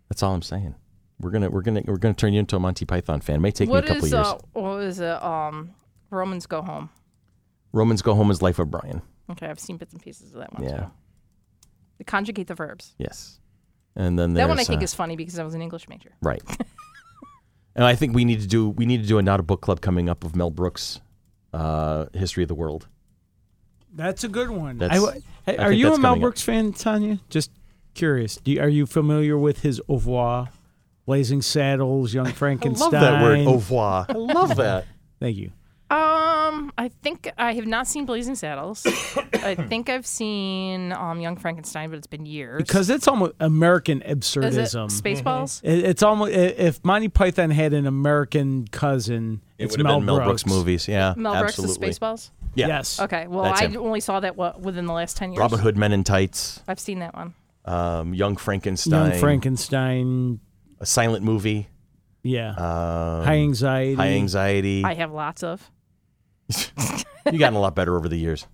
[SPEAKER 2] That's all I'm saying. We're gonna we're gonna we're gonna turn you into a Monty Python fan. May take
[SPEAKER 4] What
[SPEAKER 2] me a couple
[SPEAKER 4] is,
[SPEAKER 2] years.
[SPEAKER 4] uh, what is it? Um, Romans Go Home.
[SPEAKER 2] Romans Go Home is Life of Brian.
[SPEAKER 4] Okay, I've seen bits and pieces of that one.
[SPEAKER 2] Yeah.
[SPEAKER 4] Too. Conjugate the verbs.
[SPEAKER 2] Yes. And then
[SPEAKER 4] That one I
[SPEAKER 2] there's,
[SPEAKER 4] think
[SPEAKER 2] uh,
[SPEAKER 4] is funny because I was an English major.
[SPEAKER 2] Right. and I think we need to do we need to do a not a book club coming up of Mel Brooks' uh, history of the world.
[SPEAKER 3] That's a good one.
[SPEAKER 2] That's-
[SPEAKER 3] I w-
[SPEAKER 2] I
[SPEAKER 3] hey, are
[SPEAKER 2] think
[SPEAKER 3] you
[SPEAKER 2] that's
[SPEAKER 3] a Mel
[SPEAKER 2] coming up.
[SPEAKER 3] Brooks fan, Tanya? Just curious. Do you, are you familiar with his au revoir, Blazing Saddles, Young Frankenstein?
[SPEAKER 2] revoir. I love that.
[SPEAKER 3] Thank you.
[SPEAKER 4] Um, I think I have not seen Blazing Saddles. I think I've seen um Young Frankenstein, but it's been years.
[SPEAKER 3] Because Mm-hmm. it's almost American
[SPEAKER 4] is it
[SPEAKER 3] absurdism.
[SPEAKER 4] Spaceballs?
[SPEAKER 3] It- It's almost if Monty Python had an American cousin,
[SPEAKER 2] It
[SPEAKER 3] it's
[SPEAKER 2] would have
[SPEAKER 3] Mel
[SPEAKER 2] been Mel Brooks movies. Yeah.
[SPEAKER 4] Mel Brooks'
[SPEAKER 2] absolutely.
[SPEAKER 4] Spaceballs.
[SPEAKER 2] Yeah.
[SPEAKER 3] Yes.
[SPEAKER 4] Okay, well
[SPEAKER 2] That's
[SPEAKER 4] I
[SPEAKER 2] him.
[SPEAKER 4] only saw that what, within the last ten years.
[SPEAKER 2] Robin Hood Men in Tights,
[SPEAKER 4] I've seen that one.
[SPEAKER 2] um, Young Frankenstein,
[SPEAKER 3] Young Frankenstein.
[SPEAKER 2] a silent movie,
[SPEAKER 3] Yeah.
[SPEAKER 2] um,
[SPEAKER 3] High anxiety.
[SPEAKER 2] High Anxiety.
[SPEAKER 4] I have lots of.
[SPEAKER 2] You've gotten a lot better over the years.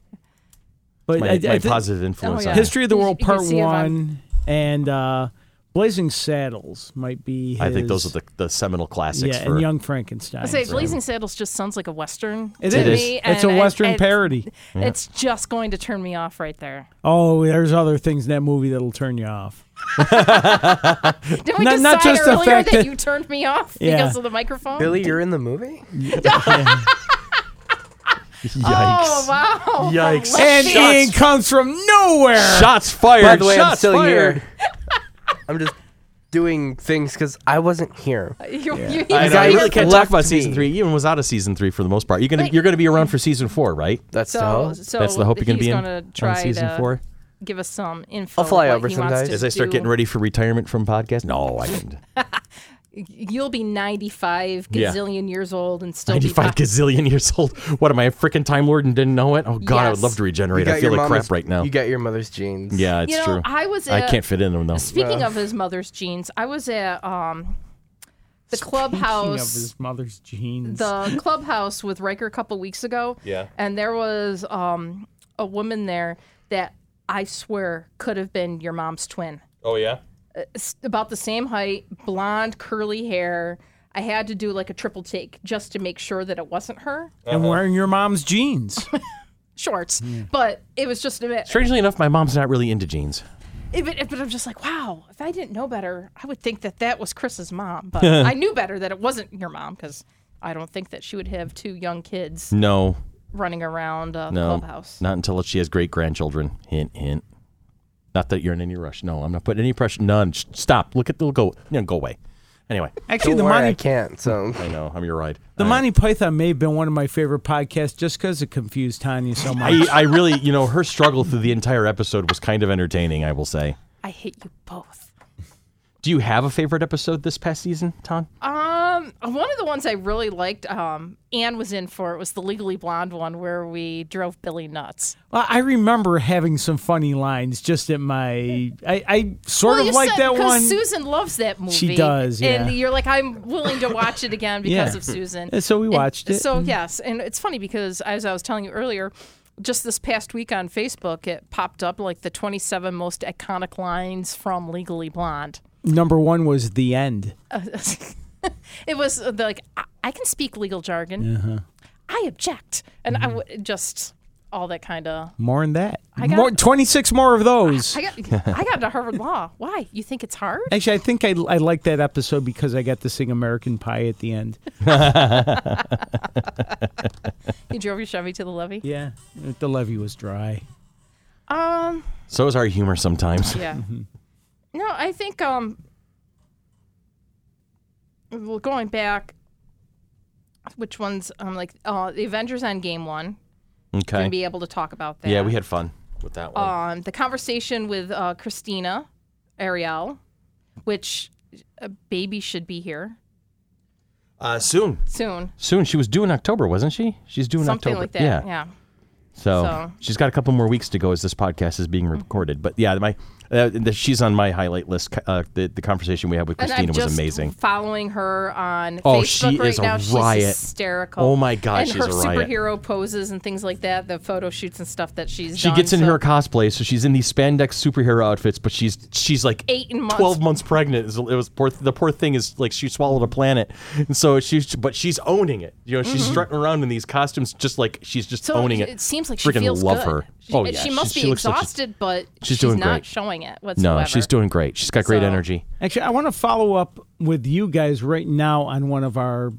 [SPEAKER 3] But
[SPEAKER 2] My,
[SPEAKER 3] I- I
[SPEAKER 2] my
[SPEAKER 3] think Oh,
[SPEAKER 2] positive influence.
[SPEAKER 4] yeah.
[SPEAKER 2] on you.
[SPEAKER 3] History of the
[SPEAKER 4] You-
[SPEAKER 3] World
[SPEAKER 4] you can
[SPEAKER 3] Part
[SPEAKER 4] see if I'm-
[SPEAKER 3] One and uh, Blazing Saddles might be. His,
[SPEAKER 2] I think those are the, the seminal classics
[SPEAKER 3] Yeah,
[SPEAKER 2] for
[SPEAKER 3] and Young Frankenstein.
[SPEAKER 4] I say Blazing Saddles just sounds like a western.
[SPEAKER 3] It
[SPEAKER 4] to
[SPEAKER 3] is.
[SPEAKER 4] me,
[SPEAKER 3] It's a
[SPEAKER 4] and I-
[SPEAKER 3] Western
[SPEAKER 4] it's-
[SPEAKER 3] parody.
[SPEAKER 4] It's just going to turn me off right there.
[SPEAKER 3] Oh, there's other things in that movie that'll turn you off.
[SPEAKER 4] Did we
[SPEAKER 3] Not-
[SPEAKER 4] decide
[SPEAKER 3] not just the
[SPEAKER 4] earlier
[SPEAKER 3] fact
[SPEAKER 4] that
[SPEAKER 3] that-
[SPEAKER 4] you turned me off
[SPEAKER 3] Yeah.
[SPEAKER 4] because of the microphone?
[SPEAKER 5] Billy, you're in the movie.
[SPEAKER 2] Yikes.
[SPEAKER 4] Oh wow!
[SPEAKER 2] Yikes.
[SPEAKER 3] And
[SPEAKER 2] Shots-
[SPEAKER 3] Ian comes from nowhere.
[SPEAKER 2] Shots fired.
[SPEAKER 5] By the way, I'm
[SPEAKER 2] Shots
[SPEAKER 5] still
[SPEAKER 2] fired.
[SPEAKER 5] here. I'm just doing things because I wasn't here.
[SPEAKER 4] You, you,
[SPEAKER 2] I, know, I
[SPEAKER 5] guys
[SPEAKER 2] really can't talk
[SPEAKER 5] left
[SPEAKER 2] about
[SPEAKER 5] me.
[SPEAKER 2] season three. Even was out of season three for the most part. You're gonna
[SPEAKER 4] Wait.
[SPEAKER 2] you're gonna be around for season four, right?
[SPEAKER 5] That's the
[SPEAKER 4] so,
[SPEAKER 5] hell.
[SPEAKER 4] so
[SPEAKER 2] That's the hope you're gonna
[SPEAKER 4] he's
[SPEAKER 2] be in
[SPEAKER 4] gonna
[SPEAKER 2] on
[SPEAKER 4] try
[SPEAKER 2] season
[SPEAKER 4] to
[SPEAKER 2] four.
[SPEAKER 4] Give us some info.
[SPEAKER 5] I'll fly
[SPEAKER 4] of what
[SPEAKER 5] over
[SPEAKER 4] he
[SPEAKER 5] some
[SPEAKER 4] wants
[SPEAKER 5] days.
[SPEAKER 4] to
[SPEAKER 2] As I start
[SPEAKER 4] do.
[SPEAKER 2] getting ready for retirement from podcast. No, I didn't.
[SPEAKER 4] you'll be 95
[SPEAKER 2] Yeah.
[SPEAKER 4] gazillion years old and still be
[SPEAKER 2] 95
[SPEAKER 4] talking-
[SPEAKER 2] gazillion years old. What am I a freaking time lord and didn't know it? Oh god, I would
[SPEAKER 4] Yes.
[SPEAKER 2] love to
[SPEAKER 5] You
[SPEAKER 2] regenerate.
[SPEAKER 5] got
[SPEAKER 2] I feel
[SPEAKER 5] your
[SPEAKER 2] like crap
[SPEAKER 5] mama's-
[SPEAKER 2] right now.
[SPEAKER 5] You got your mother's jeans.
[SPEAKER 2] yeah, it's
[SPEAKER 4] You know,
[SPEAKER 2] true.
[SPEAKER 4] I was.
[SPEAKER 2] I
[SPEAKER 4] at-
[SPEAKER 2] can't fit in them though.
[SPEAKER 4] Speaking of his mother's jeans, I was at um, the
[SPEAKER 3] Speaking of
[SPEAKER 4] clubhouse.
[SPEAKER 3] his mother's jeans.
[SPEAKER 4] The clubhouse with Riker a couple weeks ago.
[SPEAKER 2] Yeah.
[SPEAKER 4] And there was um, a woman there that I swear could have been your mom's twin.
[SPEAKER 2] Oh yeah.
[SPEAKER 4] s- about the same height, blonde, curly hair. I had to do like a triple take just to make sure that it wasn't her
[SPEAKER 3] and wearing your mom's jeans.
[SPEAKER 4] shorts,
[SPEAKER 2] Hmm.
[SPEAKER 4] but it was just a bit.
[SPEAKER 2] Strangely enough, my mom's not really into jeans.
[SPEAKER 4] It, but, but I'm just like, wow. If I didn't know better, I would think that that was Chris's mom. But I knew better that it wasn't your mom because I don't think that she would have two young kids
[SPEAKER 2] No,
[SPEAKER 4] running around uh,
[SPEAKER 2] no,
[SPEAKER 4] the clubhouse.
[SPEAKER 2] not until she has great grandchildren. Hint, hint. Not that you're in any rush. No, I'm not putting any pressure. None. Sh- Stop. Look at the go. No, go away. Anyway,
[SPEAKER 3] Actually,
[SPEAKER 5] Don't
[SPEAKER 3] the
[SPEAKER 5] worry, I
[SPEAKER 3] Monty
[SPEAKER 5] can't. So
[SPEAKER 2] I know I'm your ride.
[SPEAKER 3] the
[SPEAKER 2] I-
[SPEAKER 3] Monty Python may have been one of my favorite podcasts just because it confused Tanya so much.
[SPEAKER 2] I, I really, you know, her struggle through the entire episode was kind of entertaining. I will say.
[SPEAKER 4] I hate you both.
[SPEAKER 2] Do you have a favorite episode this past season, Tom?
[SPEAKER 4] Um, one of the ones I really liked, um, Anne was in for it was the Legally Blonde one where we drove Billy nuts.
[SPEAKER 3] Well, I remember having some funny lines just at my. I, I sort
[SPEAKER 4] Well,
[SPEAKER 3] of
[SPEAKER 4] you
[SPEAKER 3] like
[SPEAKER 4] said-
[SPEAKER 3] that
[SPEAKER 4] 'cause
[SPEAKER 3] one.
[SPEAKER 4] Susan loves that movie.
[SPEAKER 3] does, yeah.
[SPEAKER 4] And you're like, I'm willing to watch it again because
[SPEAKER 3] Yeah.
[SPEAKER 4] of Susan.
[SPEAKER 3] And so we
[SPEAKER 4] And
[SPEAKER 3] watched it.
[SPEAKER 4] So yes, and it's funny because as I was telling you earlier, just this past week on Facebook, it popped up like the 27 most iconic lines from Legally Blonde.
[SPEAKER 3] Number one was the end.
[SPEAKER 4] it was uh, the, like I, I can speak legal jargon.
[SPEAKER 3] Uh-huh.
[SPEAKER 4] I object, and
[SPEAKER 3] Mm-hmm.
[SPEAKER 4] I w- just all that kind of.
[SPEAKER 3] More than that.
[SPEAKER 4] got-
[SPEAKER 3] more, 26 more of those.
[SPEAKER 4] I got I got into Harvard Law. Why? You think it's hard?
[SPEAKER 3] Actually, I think I, I like that episode because I got to sing American Pie at the end.
[SPEAKER 4] You drove your Chevy to the levee.
[SPEAKER 3] Yeah. The levee was dry.
[SPEAKER 4] Um.
[SPEAKER 2] So is our humor sometimes.
[SPEAKER 4] Yeah. No, I think um well going back which ones um like uh the Avengers Endgame game one.
[SPEAKER 2] Okay.
[SPEAKER 4] Gonna be able to talk about that.
[SPEAKER 2] yeah, we had fun with that one.
[SPEAKER 4] um the conversation with uh Christina Ariel, which a baby should be here
[SPEAKER 2] Uh, soon,
[SPEAKER 4] soon.
[SPEAKER 2] soon she was due in October, wasn't she? She's due in
[SPEAKER 4] Something
[SPEAKER 2] October.
[SPEAKER 4] like that. Yeah.
[SPEAKER 2] So,
[SPEAKER 4] So- Mm-hmm.
[SPEAKER 2] she's got a couple more weeks to go as this podcast is being recorded. But yeah, my Uh, the- she's on my highlight list. Uh, the, the conversation we had with
[SPEAKER 4] And
[SPEAKER 2] Christina
[SPEAKER 4] I'm
[SPEAKER 2] was
[SPEAKER 4] just
[SPEAKER 2] amazing.
[SPEAKER 4] Following her on
[SPEAKER 2] Oh,
[SPEAKER 4] Facebook
[SPEAKER 2] she
[SPEAKER 4] right
[SPEAKER 2] is a
[SPEAKER 4] now,
[SPEAKER 2] riot.
[SPEAKER 4] she's hysterical.
[SPEAKER 2] Oh my God,
[SPEAKER 4] and
[SPEAKER 2] she's
[SPEAKER 4] her
[SPEAKER 2] a riot.
[SPEAKER 4] superhero poses and things like that, the photo shoots and stuff that she's.
[SPEAKER 2] She
[SPEAKER 4] done,
[SPEAKER 2] gets in
[SPEAKER 4] so-
[SPEAKER 2] her cosplay, so she's in these spandex superhero outfits, but she's she's like
[SPEAKER 4] Eight months.
[SPEAKER 2] twelve months pregnant. It was poor, the poor thing is like she swallowed a planet, and so she's but she's owning it. You know, she's strutting around in these costumes, just like she's just
[SPEAKER 4] Mm-hmm. So
[SPEAKER 2] owning
[SPEAKER 4] it,
[SPEAKER 2] it.
[SPEAKER 4] seems like she
[SPEAKER 2] Freaking
[SPEAKER 4] feels
[SPEAKER 2] love
[SPEAKER 4] good.
[SPEAKER 2] her.
[SPEAKER 4] She,
[SPEAKER 2] oh
[SPEAKER 4] and
[SPEAKER 2] yeah,
[SPEAKER 4] she must be
[SPEAKER 2] looks like
[SPEAKER 4] exhausted, but
[SPEAKER 2] she's doing
[SPEAKER 4] not
[SPEAKER 2] great.
[SPEAKER 4] showing it whatsoever.
[SPEAKER 2] no, she's doing great. She's got great
[SPEAKER 4] So-
[SPEAKER 2] energy.
[SPEAKER 3] Actually, I want to follow up with you guys right now on one of our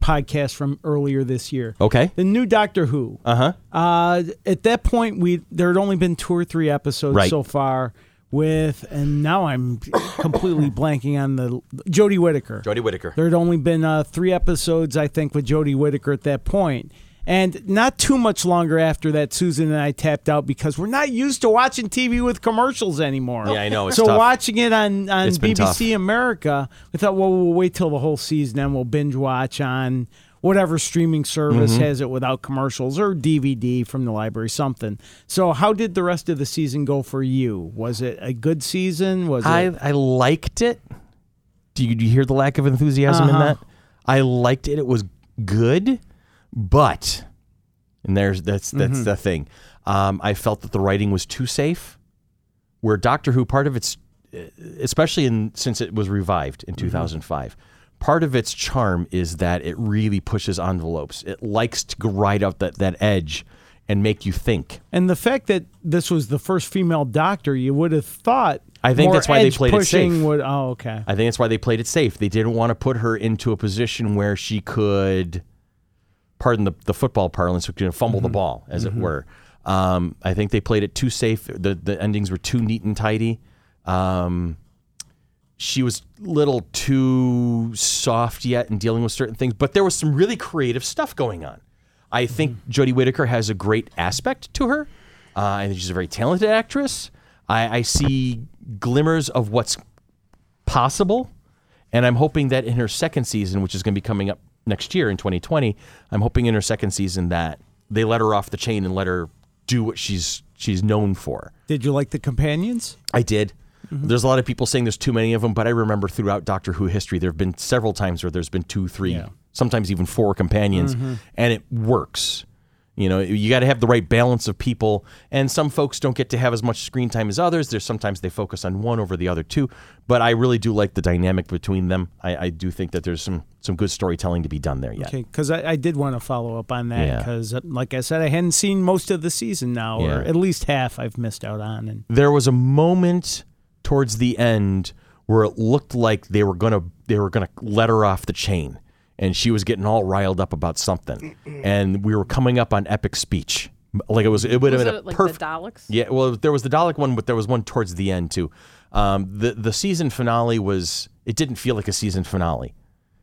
[SPEAKER 3] podcasts from earlier this year.
[SPEAKER 2] Okay.
[SPEAKER 3] The new Doctor Who. Uh-huh. at that point we there had only been two or three episodes
[SPEAKER 2] Right.
[SPEAKER 3] so far with and now I'm completely blanking on the Jodie Whittaker.
[SPEAKER 2] Jodie Whittaker.
[SPEAKER 3] There had only been uh, three episodes, I think, with Jodie Whittaker at that point. And not too much longer after that, Susan and I tapped out because we're not used to watching TV with commercials anymore.
[SPEAKER 2] Yeah, I know, it's
[SPEAKER 3] so
[SPEAKER 2] tough.
[SPEAKER 3] watching it on, on
[SPEAKER 2] It's been
[SPEAKER 3] BBC
[SPEAKER 2] tough.
[SPEAKER 3] America, we thought, well, we'll wait till the whole season and we'll binge watch on whatever streaming service
[SPEAKER 2] Mm-hmm.
[SPEAKER 3] has it without commercials or DVD from the library, something. So, how did the rest of the season go for you? Was it a good season? Was
[SPEAKER 2] I
[SPEAKER 3] it?
[SPEAKER 2] I liked it. Do you, do you hear the lack of enthusiasm in
[SPEAKER 3] Uh-huh.
[SPEAKER 2] that? I liked it. It was good, but and there's that's that's
[SPEAKER 3] Mm-hmm.
[SPEAKER 2] the thing. Um, I felt that the writing was too safe. Where Doctor Who, part of its, especially in since it was revived
[SPEAKER 3] Mm-hmm.
[SPEAKER 2] in 2005, part of its charm is that it really pushes envelopes. It likes to go right out that that edge and make you think.
[SPEAKER 3] And the fact that this was the first female doctor, you would have thought.
[SPEAKER 2] I think
[SPEAKER 3] more
[SPEAKER 2] that's why they
[SPEAKER 3] edge
[SPEAKER 2] played it
[SPEAKER 3] pushing
[SPEAKER 2] safe.
[SPEAKER 3] Would, oh, okay.
[SPEAKER 2] I think that's why they played it safe. They didn't want to put her into a position where she could, pardon the, the football parlance, you know, fumble the ball, as it were. Um, I think they played it too safe. The the endings were too neat and tidy. Um, she was little too soft yet in dealing with certain things, but there was some really creative stuff going on. I think Jodie Whittaker has a great aspect to her. Uh, I think she's a very talented actress. I, I see glimmers of what's possible. And I'm hoping that in her second season, which is going to be coming up next year in 2020, I'm hoping in her second season that they let her off the chain and let her do what she's she's known for.
[SPEAKER 3] Did you like the companions?
[SPEAKER 2] I did. There's a lot of people saying there's too many of them, but I remember throughout Doctor Who history, there have been several times where there's been two, three, sometimes even four companions, and it works. You know, you got to have the right balance of people, and some folks don't get to have as much screen time as others. There's sometimes they focus on one over the other two, but I really do like the dynamic between them. I, I do think that there's some some good storytelling to be done there yet.
[SPEAKER 3] Okay, because I, I did want to follow up on that
[SPEAKER 2] Yeah.
[SPEAKER 3] because, like I said, I hadn't seen most of the season now, or
[SPEAKER 2] Yeah.
[SPEAKER 3] at least half I've missed out on. And
[SPEAKER 2] there was a moment towards the end where it looked like they were gonna they were gonna let her off the chain, and she was getting all riled up about something, and we were coming up on epic speech. Like it was, it would have
[SPEAKER 4] Was
[SPEAKER 2] been a
[SPEAKER 4] it like
[SPEAKER 2] perfect.
[SPEAKER 4] the Daleks?
[SPEAKER 2] Yeah, well, there was the Dalek one, but there was one towards the end too. Um, the the season finale was it didn't feel like a season finale.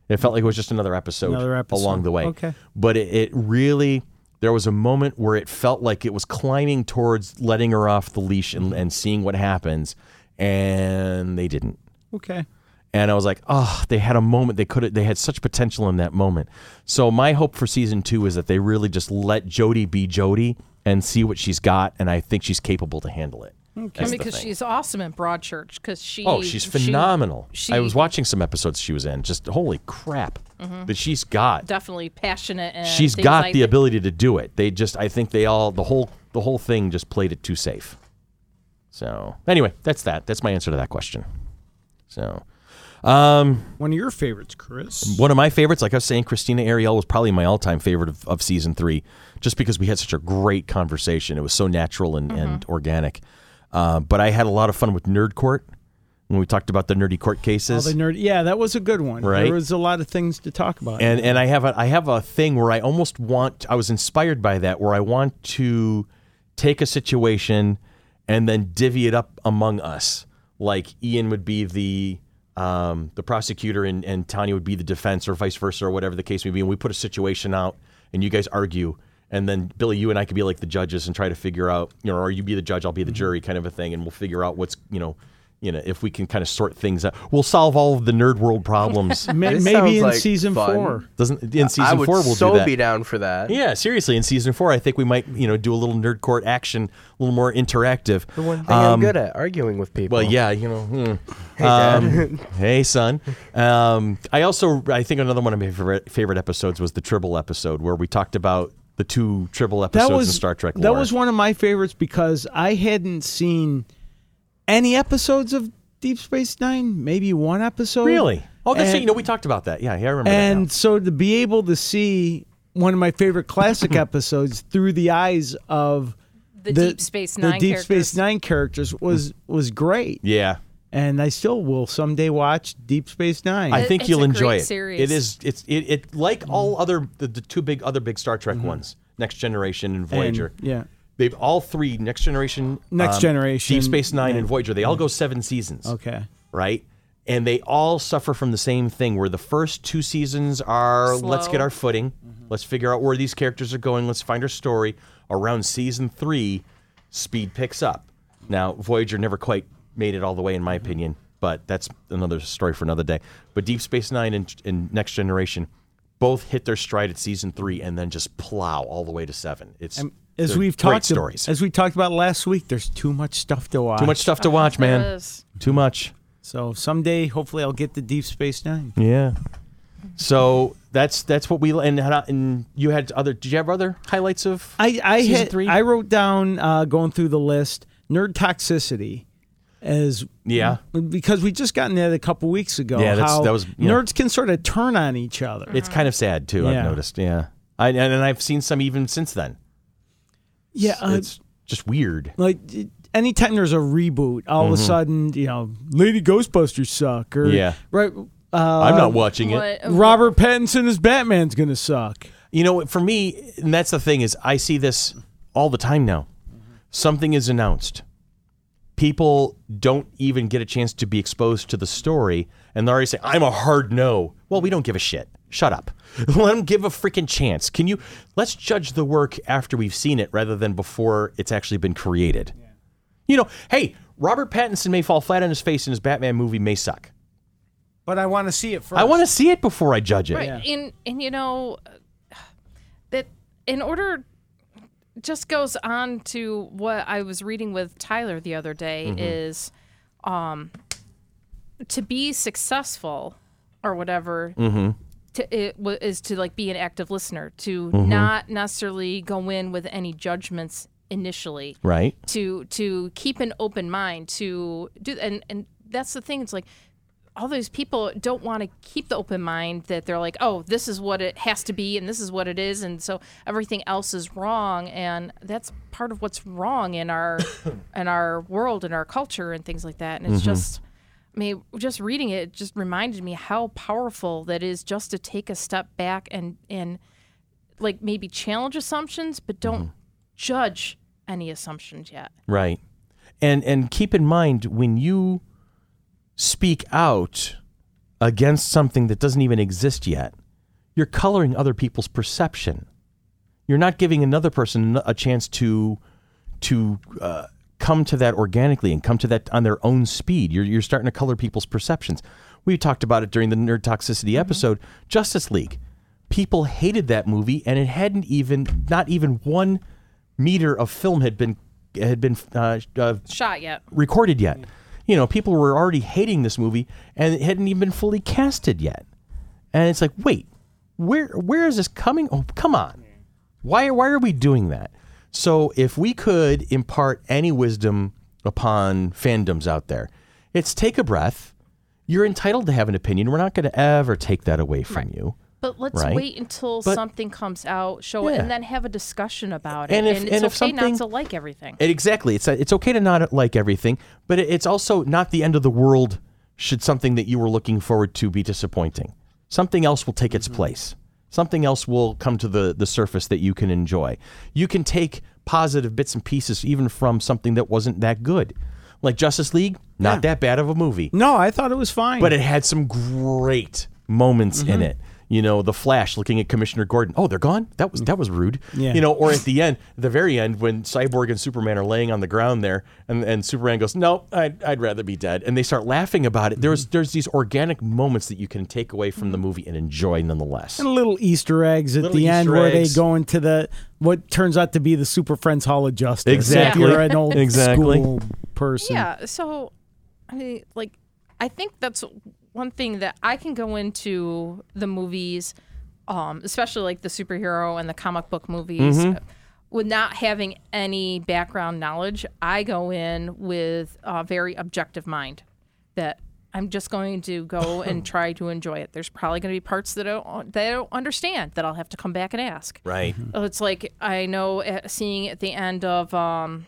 [SPEAKER 2] It felt like it was just another episode,
[SPEAKER 3] Another episode.
[SPEAKER 2] along the way.
[SPEAKER 3] Okay.
[SPEAKER 2] but it, it really there was a moment where it felt like it was climbing towards letting her off the leash and, and seeing what happens, and they didn't.
[SPEAKER 3] okay,
[SPEAKER 2] And I was like, oh, they had a moment. They could. They had such potential in that moment. So my hope for season two is that they really just let Jody be Jody and see what she's got, and I think she's capable to handle it. That's
[SPEAKER 4] And
[SPEAKER 2] the
[SPEAKER 4] because
[SPEAKER 2] thing.
[SPEAKER 4] she's awesome at Broadchurch, because she
[SPEAKER 2] oh, she's
[SPEAKER 4] she
[SPEAKER 2] phenomenal. I
[SPEAKER 4] she-
[SPEAKER 2] was watching some episodes she was in. Just holy crap that she's got.
[SPEAKER 4] definitely passionate and
[SPEAKER 2] she's
[SPEAKER 4] Mm-hmm. things
[SPEAKER 2] got
[SPEAKER 4] like
[SPEAKER 2] the
[SPEAKER 4] that.
[SPEAKER 2] ability to do it. They just, I think they all the whole the whole thing just played it too safe. So anyway, that's that. That's my answer to that question. So. Um,
[SPEAKER 3] one of your favorites, Chris.
[SPEAKER 2] one of my favorites, like I was saying, Christina Ariel was probably my all-time favorite of, of season three, just because we had such a great conversation. It was so natural and, and organic. Uh, but I had a lot of fun with Nerd Court when we talked about the nerdy court
[SPEAKER 3] All
[SPEAKER 2] cases.
[SPEAKER 3] the nerd. Yeah, that was a good one.
[SPEAKER 2] Right?
[SPEAKER 3] There was a lot of things to talk about.
[SPEAKER 2] and and I have a I have a thing where I almost want I was inspired by that where I want to take a situation and then divvy it up among us. Like Ian would be the um, the prosecutor and, and Tanya would be the defense or vice versa or whatever the case may be. And we put a situation out and you guys argue. And then Billy, you and I could be like the judges and try to figure out, you know, or you be the judge, I'll be the jury kind of a thing. And we'll figure out what's, you know, you know, if we can kind of sort things out, we'll solve all of the nerd world problems.
[SPEAKER 3] Ma-
[SPEAKER 5] This sounds
[SPEAKER 3] maybe in
[SPEAKER 5] like
[SPEAKER 3] season
[SPEAKER 5] fun.
[SPEAKER 3] four.
[SPEAKER 2] Doesn't in season
[SPEAKER 5] I would
[SPEAKER 2] four we'll
[SPEAKER 5] so
[SPEAKER 2] do that.
[SPEAKER 5] be down for that.
[SPEAKER 2] Yeah, seriously. In season four, I think we might, you know, do a little nerd court action, a little more interactive. Uh,
[SPEAKER 5] The one thing I'm good at arguing with people.
[SPEAKER 2] Um, Well, yeah, you know. hmm. Um, hey, son. Um, I also, I think another one of my favorite, favorite episodes was the Tribble episode where we talked about the two Tribble episodes
[SPEAKER 3] that was
[SPEAKER 2] in Star Trek.
[SPEAKER 3] That
[SPEAKER 2] lore.
[SPEAKER 3] was one of my favorites because I hadn't seen any episodes of Deep Space Nine. Maybe one episode.
[SPEAKER 2] Really? Oh, that's it.
[SPEAKER 3] And-
[SPEAKER 2] You know, we talked about that. Yeah, yeah, I remember. that
[SPEAKER 3] And
[SPEAKER 2] now.
[SPEAKER 3] so to be able to see one of my favorite classic episodes through the eyes of
[SPEAKER 4] The Deep Space
[SPEAKER 3] the
[SPEAKER 4] Nine
[SPEAKER 3] Deep
[SPEAKER 4] characters.
[SPEAKER 3] Space Nine characters was was great.
[SPEAKER 2] yeah,
[SPEAKER 3] And I still will someday watch Deep Space Nine.
[SPEAKER 2] I think
[SPEAKER 4] it's
[SPEAKER 2] you'll
[SPEAKER 4] a
[SPEAKER 2] enjoy
[SPEAKER 4] great
[SPEAKER 2] it.
[SPEAKER 4] series.
[SPEAKER 2] It is. It's it, it like
[SPEAKER 3] Mm-hmm.
[SPEAKER 2] all other the, the two big other big Star Trek ones, Next Generation and
[SPEAKER 3] And,
[SPEAKER 2] Voyager.
[SPEAKER 3] yeah.
[SPEAKER 2] They've all three Next Generation, um,
[SPEAKER 3] Next Generation,
[SPEAKER 2] Deep Space Nine, and Voyager. They all go seven seasons.
[SPEAKER 3] Okay.
[SPEAKER 2] right? And they all suffer from the same thing where the first two seasons are let's
[SPEAKER 4] Slow.
[SPEAKER 2] get our footing, let's figure out where these characters are going, let's find our story. Around season three, speed picks up. Now, Voyager never quite made it all the way, in my opinion, but that's another story for another day. But Deep Space Nine and, and Next Generation both hit their stride at season three and then just plow all the way to seven. It's
[SPEAKER 3] As
[SPEAKER 2] they're
[SPEAKER 3] we've
[SPEAKER 2] great
[SPEAKER 3] talked
[SPEAKER 2] stories.
[SPEAKER 3] as we talked about last week, there's too much stuff to watch.
[SPEAKER 2] Too much stuff to watch,
[SPEAKER 4] There
[SPEAKER 2] man.
[SPEAKER 4] is.
[SPEAKER 2] Too much.
[SPEAKER 3] So someday, hopefully, I'll get the Deep Space Nine.
[SPEAKER 2] Yeah. So that's that's what we and and you had other. Did you have other highlights of?
[SPEAKER 3] I I
[SPEAKER 2] Season
[SPEAKER 3] hit,
[SPEAKER 2] three?
[SPEAKER 3] I wrote down uh, going through the list nerd toxicity as
[SPEAKER 2] Yeah.
[SPEAKER 3] Mm-hmm. because we just gotten that a couple weeks ago.
[SPEAKER 2] Yeah, that's-
[SPEAKER 3] how
[SPEAKER 2] that was- yeah.
[SPEAKER 3] nerds can sort of turn on each other.
[SPEAKER 2] It's kind of sad too.
[SPEAKER 3] Yeah.
[SPEAKER 2] I've noticed. Yeah. I and, and I've seen some even since then.
[SPEAKER 3] yeah, uh,
[SPEAKER 2] it's just weird.
[SPEAKER 3] like it- anytime there's a reboot, all of a sudden you know Lady Ghostbusters suck or
[SPEAKER 2] Mm-hmm. Yeah.
[SPEAKER 3] right. Uh,
[SPEAKER 2] I'm not watching it.
[SPEAKER 4] What,
[SPEAKER 3] Robert Pattinson as Batman's gonna suck.
[SPEAKER 2] You know, for me, and that's the thing is, I see this all the time now. Something is announced. People don't even get a chance to be exposed to the story, and they already say, "I'm a hard no." Well, we don't give a shit. Shut up. Let them give a freaking chance. Can you? Let's judge the work after we've seen it, rather than before it's actually been created. You know, hey, Robert Pattinson may fall flat on his face, and his Batman movie may suck.
[SPEAKER 3] But I want to see it first.
[SPEAKER 2] I want to see it before I judge it.
[SPEAKER 4] Right. And and you know uh, that in order just goes on to what I was reading with Tyler the other day is um to be successful or whatever to, it wa- is to like be an active listener to not necessarily go in with any judgments initially
[SPEAKER 2] Right.
[SPEAKER 4] to to keep an open mind to do and and that's the thing it's like all those people don't want to keep the open mind that they're like oh this is what it has to be and this is what it is and so everything else is wrong and that's part of what's wrong in our in our world and our culture and things like that and it's just I mean, just reading it just reminded me how powerful that is just to take a step back and and like maybe challenge assumptions, but don't judge any assumptions yet.
[SPEAKER 2] Right. And and keep in mind when you speak out against something that doesn't even exist yet, you're coloring other people's perception. You're not giving another person a chance to to uh, come to that organically and come to that on their own speed. You're you're starting to color people's perceptions. We talked about it during the nerd toxicity episode, Justice League. People hated that movie, and it hadn't even not even one meter of film had been had been uh, uh,
[SPEAKER 4] Shot yet.
[SPEAKER 2] recorded yet. You know, people were already hating this movie and it hadn't even been fully casted yet. And it's like, wait, where where is this coming? Oh, come on. Why why are we doing that? So if we could impart any wisdom upon fandoms out there, it's take a breath. You're entitled to have an opinion. We're not going to ever take that away from you.
[SPEAKER 4] But let's
[SPEAKER 2] Right.
[SPEAKER 4] wait until
[SPEAKER 2] But-
[SPEAKER 4] something comes out, show it,
[SPEAKER 2] Yeah.
[SPEAKER 4] and then have a discussion about it.
[SPEAKER 2] And
[SPEAKER 4] And,
[SPEAKER 2] if-
[SPEAKER 4] it's
[SPEAKER 2] and if
[SPEAKER 4] okay
[SPEAKER 2] something-
[SPEAKER 4] not to like everything.
[SPEAKER 2] And exactly. It's it's okay to not like everything, but it- it's also not the end of the world should something that you were looking forward to be disappointing. Something else will take its place. Something else will come to the, the surface that you can enjoy. You can take positive bits and pieces even from something that wasn't that good. Like Justice League, not that bad of a movie
[SPEAKER 3] No, I thought it was fine. Mm-hmm.
[SPEAKER 2] but it had some great moments in it. you know, the Flash looking at Commissioner Gordon. Oh, they're gone. That was that was rude.
[SPEAKER 3] Yeah.
[SPEAKER 2] You know, or at the end, the very end, when Cyborg and Superman are laying on the ground there, and, and Superman goes, "No, I'd, I'd rather be dead," and they start laughing about it. There's there's these organic moments that you can take away from the movie and enjoy nonetheless.
[SPEAKER 3] Mm-hmm. And little Easter eggs at
[SPEAKER 2] Little
[SPEAKER 3] the end
[SPEAKER 2] Easter
[SPEAKER 3] where they
[SPEAKER 2] eggs.
[SPEAKER 3] go into the what turns out to be the Super Friends Hall of Justice.
[SPEAKER 2] Exactly.
[SPEAKER 3] If you're an old
[SPEAKER 2] Exactly.
[SPEAKER 3] school person.
[SPEAKER 4] Yeah. So, I mean, like, I think that's one thing that I can go into the movies, um, especially like the superhero and the comic book movies, with not having any background knowledge. I go in with a very objective mind that. I'm just going to go and try to enjoy it. There's probably going to be parts that I, don't, that I don't understand that I'll have to come back and ask.
[SPEAKER 2] Right.
[SPEAKER 3] Mm-hmm.
[SPEAKER 4] Oh, It's like I know uh, seeing at the end of um,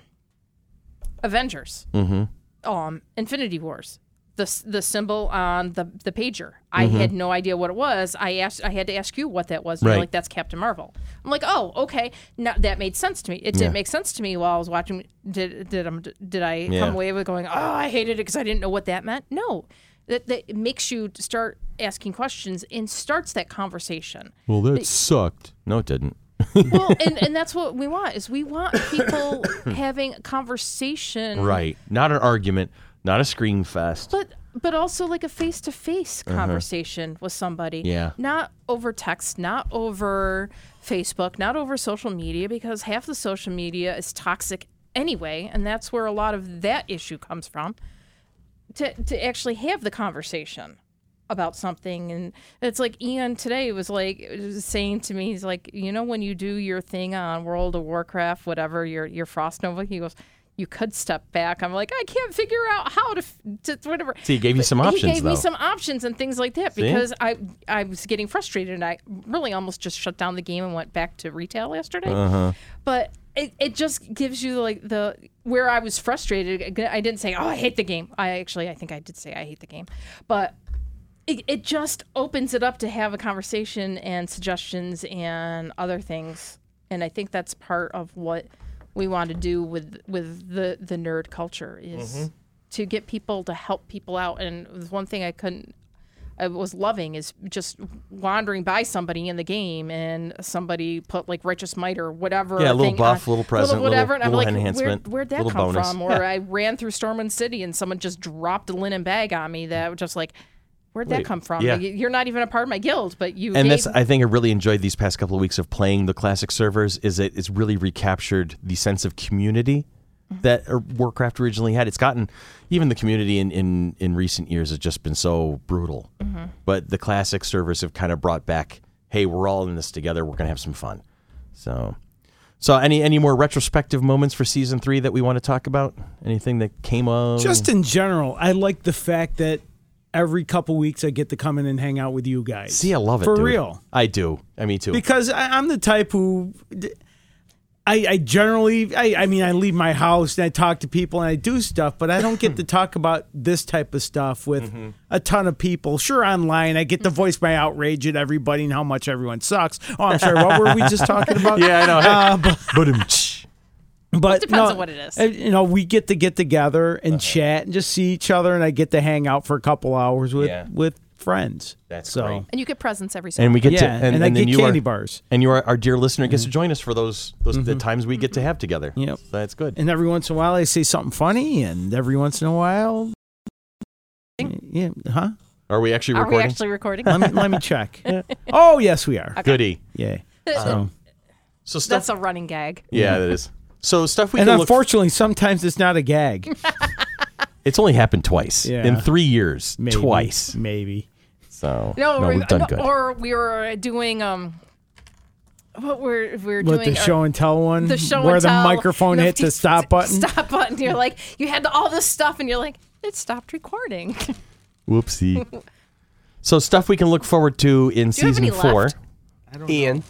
[SPEAKER 4] Avengers,
[SPEAKER 2] Mm-hmm.
[SPEAKER 4] um, Infinity Wars, the s- the symbol on the the pager. I
[SPEAKER 2] Mm-hmm.
[SPEAKER 4] had no idea what it was. I asked. I had to ask you what that was. And
[SPEAKER 2] Right.
[SPEAKER 4] You're like that's Captain Marvel. I'm like, oh, okay. Now that made sense to me. It didn't make sense to me while I was watching. Did did um, did I
[SPEAKER 2] Yeah.
[SPEAKER 4] come away with going, oh, I hated it because I didn't know what that meant? No. That, that it makes you start asking questions and starts that conversation.
[SPEAKER 2] Well, that sucked. No, it didn't.
[SPEAKER 4] Well, and, and that's what we want is we want people having a conversation,
[SPEAKER 2] Right. Not an argument. Not a screen fest.
[SPEAKER 4] But but also like a face to face conversation with somebody.
[SPEAKER 2] Uh-huh. Yeah.
[SPEAKER 4] Not over text, not over Facebook, not over social media because half the social media is toxic anyway, and that's where a lot of that issue comes from. To to actually have the conversation about something and it's like Ian today was like was saying to me he's like you know when you do your thing on World of Warcraft whatever your your Frost Nova he goes you could step back I'm like I can't figure out how to, f- to whatever
[SPEAKER 2] See, he gave you some options,
[SPEAKER 4] he gave
[SPEAKER 2] though.
[SPEAKER 4] me some options and things like that because I I was getting frustrated and I really almost just shut down the game and went back to retail yesterday
[SPEAKER 2] Uh-huh.
[SPEAKER 4] but it, it just gives you like the where I was frustrated I didn't say oh I hate the game I actually I think I did say I hate the game but it, it just opens it up to have a conversation and suggestions and other things and i think that's part of what we want to do with with the the nerd culture is
[SPEAKER 2] Mm-hmm.
[SPEAKER 4] to get people to help people out and it was one thing i couldn't I was loving is just wandering by somebody in the game and somebody put like righteous might or whatever.
[SPEAKER 2] Yeah, little
[SPEAKER 4] thing
[SPEAKER 2] buff, little present, little-
[SPEAKER 4] whatever, and I'm
[SPEAKER 2] little
[SPEAKER 4] like,
[SPEAKER 2] enhancement,
[SPEAKER 4] Where, would that
[SPEAKER 2] little
[SPEAKER 4] come
[SPEAKER 2] bonus."
[SPEAKER 4] from? Or I ran through Stormwind City and someone just dropped a linen bag on me that was just like, where'd that
[SPEAKER 2] Wait,
[SPEAKER 4] come from?
[SPEAKER 2] yeah.
[SPEAKER 4] Like, You're not even a part of my guild, but you.
[SPEAKER 2] and
[SPEAKER 4] gave
[SPEAKER 2] that's I think I really enjoyed these past couple of weeks of playing the classic servers. Is it it's really recaptured the sense of community that uh, Warcraft originally had. It's gotten even the community in in, in recent years has just been so brutal. But the classic servers have kind of brought back, hey, we're all in this together. We're gonna have some fun. So. So, any any more retrospective moments for season three that we want to talk about? Anything that came up?
[SPEAKER 3] Just in general, I like the fact that every couple weeks I get to come in and hang out with you guys.
[SPEAKER 2] see, I love it
[SPEAKER 3] for
[SPEAKER 2] dude.
[SPEAKER 3] real.
[SPEAKER 2] I do. I me too.
[SPEAKER 3] Because I, I'm the type who. d- I, I generally, I, I mean, I leave my house and I talk to people and I do stuff, but I don't get to talk about this type of stuff with
[SPEAKER 2] Mm-hmm.
[SPEAKER 3] a ton of people. Sure, online, I get to voice my outrage at everybody and how much everyone sucks. Oh, I'm sorry, what were we just talking about?
[SPEAKER 2] yeah, I know.
[SPEAKER 3] Uh, but
[SPEAKER 2] Ba-dum-tsh.
[SPEAKER 3] but it
[SPEAKER 4] depends on what it is.
[SPEAKER 3] You know, we get to get together and
[SPEAKER 2] Uh-huh.
[SPEAKER 3] chat and just see each other, and I get to hang out for a couple hours with
[SPEAKER 2] Yeah.
[SPEAKER 3] with friends.
[SPEAKER 2] That's
[SPEAKER 3] so.
[SPEAKER 2] great.
[SPEAKER 4] and you get presents every
[SPEAKER 2] and
[SPEAKER 4] single.
[SPEAKER 2] we get to
[SPEAKER 3] Yeah, and, I
[SPEAKER 2] then
[SPEAKER 3] get
[SPEAKER 2] you
[SPEAKER 3] candy
[SPEAKER 2] are,
[SPEAKER 3] bars.
[SPEAKER 2] and you are our dear listener gets to join us for those those the times we get to have together.
[SPEAKER 3] Yep.
[SPEAKER 2] So that's good.
[SPEAKER 3] And every once in a while, I say something funny, and every once in a while, yeah, huh?
[SPEAKER 2] are we actually
[SPEAKER 4] Are we
[SPEAKER 2] recording?
[SPEAKER 4] actually recording?
[SPEAKER 3] Let me let me check. Oh yes, we are.
[SPEAKER 2] Goody.
[SPEAKER 3] Yeah.
[SPEAKER 4] That's
[SPEAKER 2] So stuff.
[SPEAKER 4] a running gag.
[SPEAKER 2] yeah, that is. So stuff we
[SPEAKER 3] and
[SPEAKER 2] can look.
[SPEAKER 3] unfortunately, sometimes it's not a gag.
[SPEAKER 2] it's only happened twice
[SPEAKER 3] Yeah.
[SPEAKER 2] in three years.
[SPEAKER 3] Maybe,
[SPEAKER 2] Twice.
[SPEAKER 3] maybe.
[SPEAKER 2] So
[SPEAKER 4] No, we-
[SPEAKER 2] we've done
[SPEAKER 4] no,
[SPEAKER 2] good.
[SPEAKER 4] Or we were doing um, what were we were
[SPEAKER 3] What
[SPEAKER 4] doing uh,
[SPEAKER 3] the show and tell one,
[SPEAKER 4] the show
[SPEAKER 3] where
[SPEAKER 4] and
[SPEAKER 3] the
[SPEAKER 4] tell,
[SPEAKER 3] microphone hit the stop button.
[SPEAKER 4] Stop button. You're like you had all this stuff, and you're like it stopped recording.
[SPEAKER 2] Whoopsie. so stuff we can look forward to in
[SPEAKER 4] you have
[SPEAKER 2] season
[SPEAKER 4] any
[SPEAKER 2] four.
[SPEAKER 4] left?
[SPEAKER 5] Ian.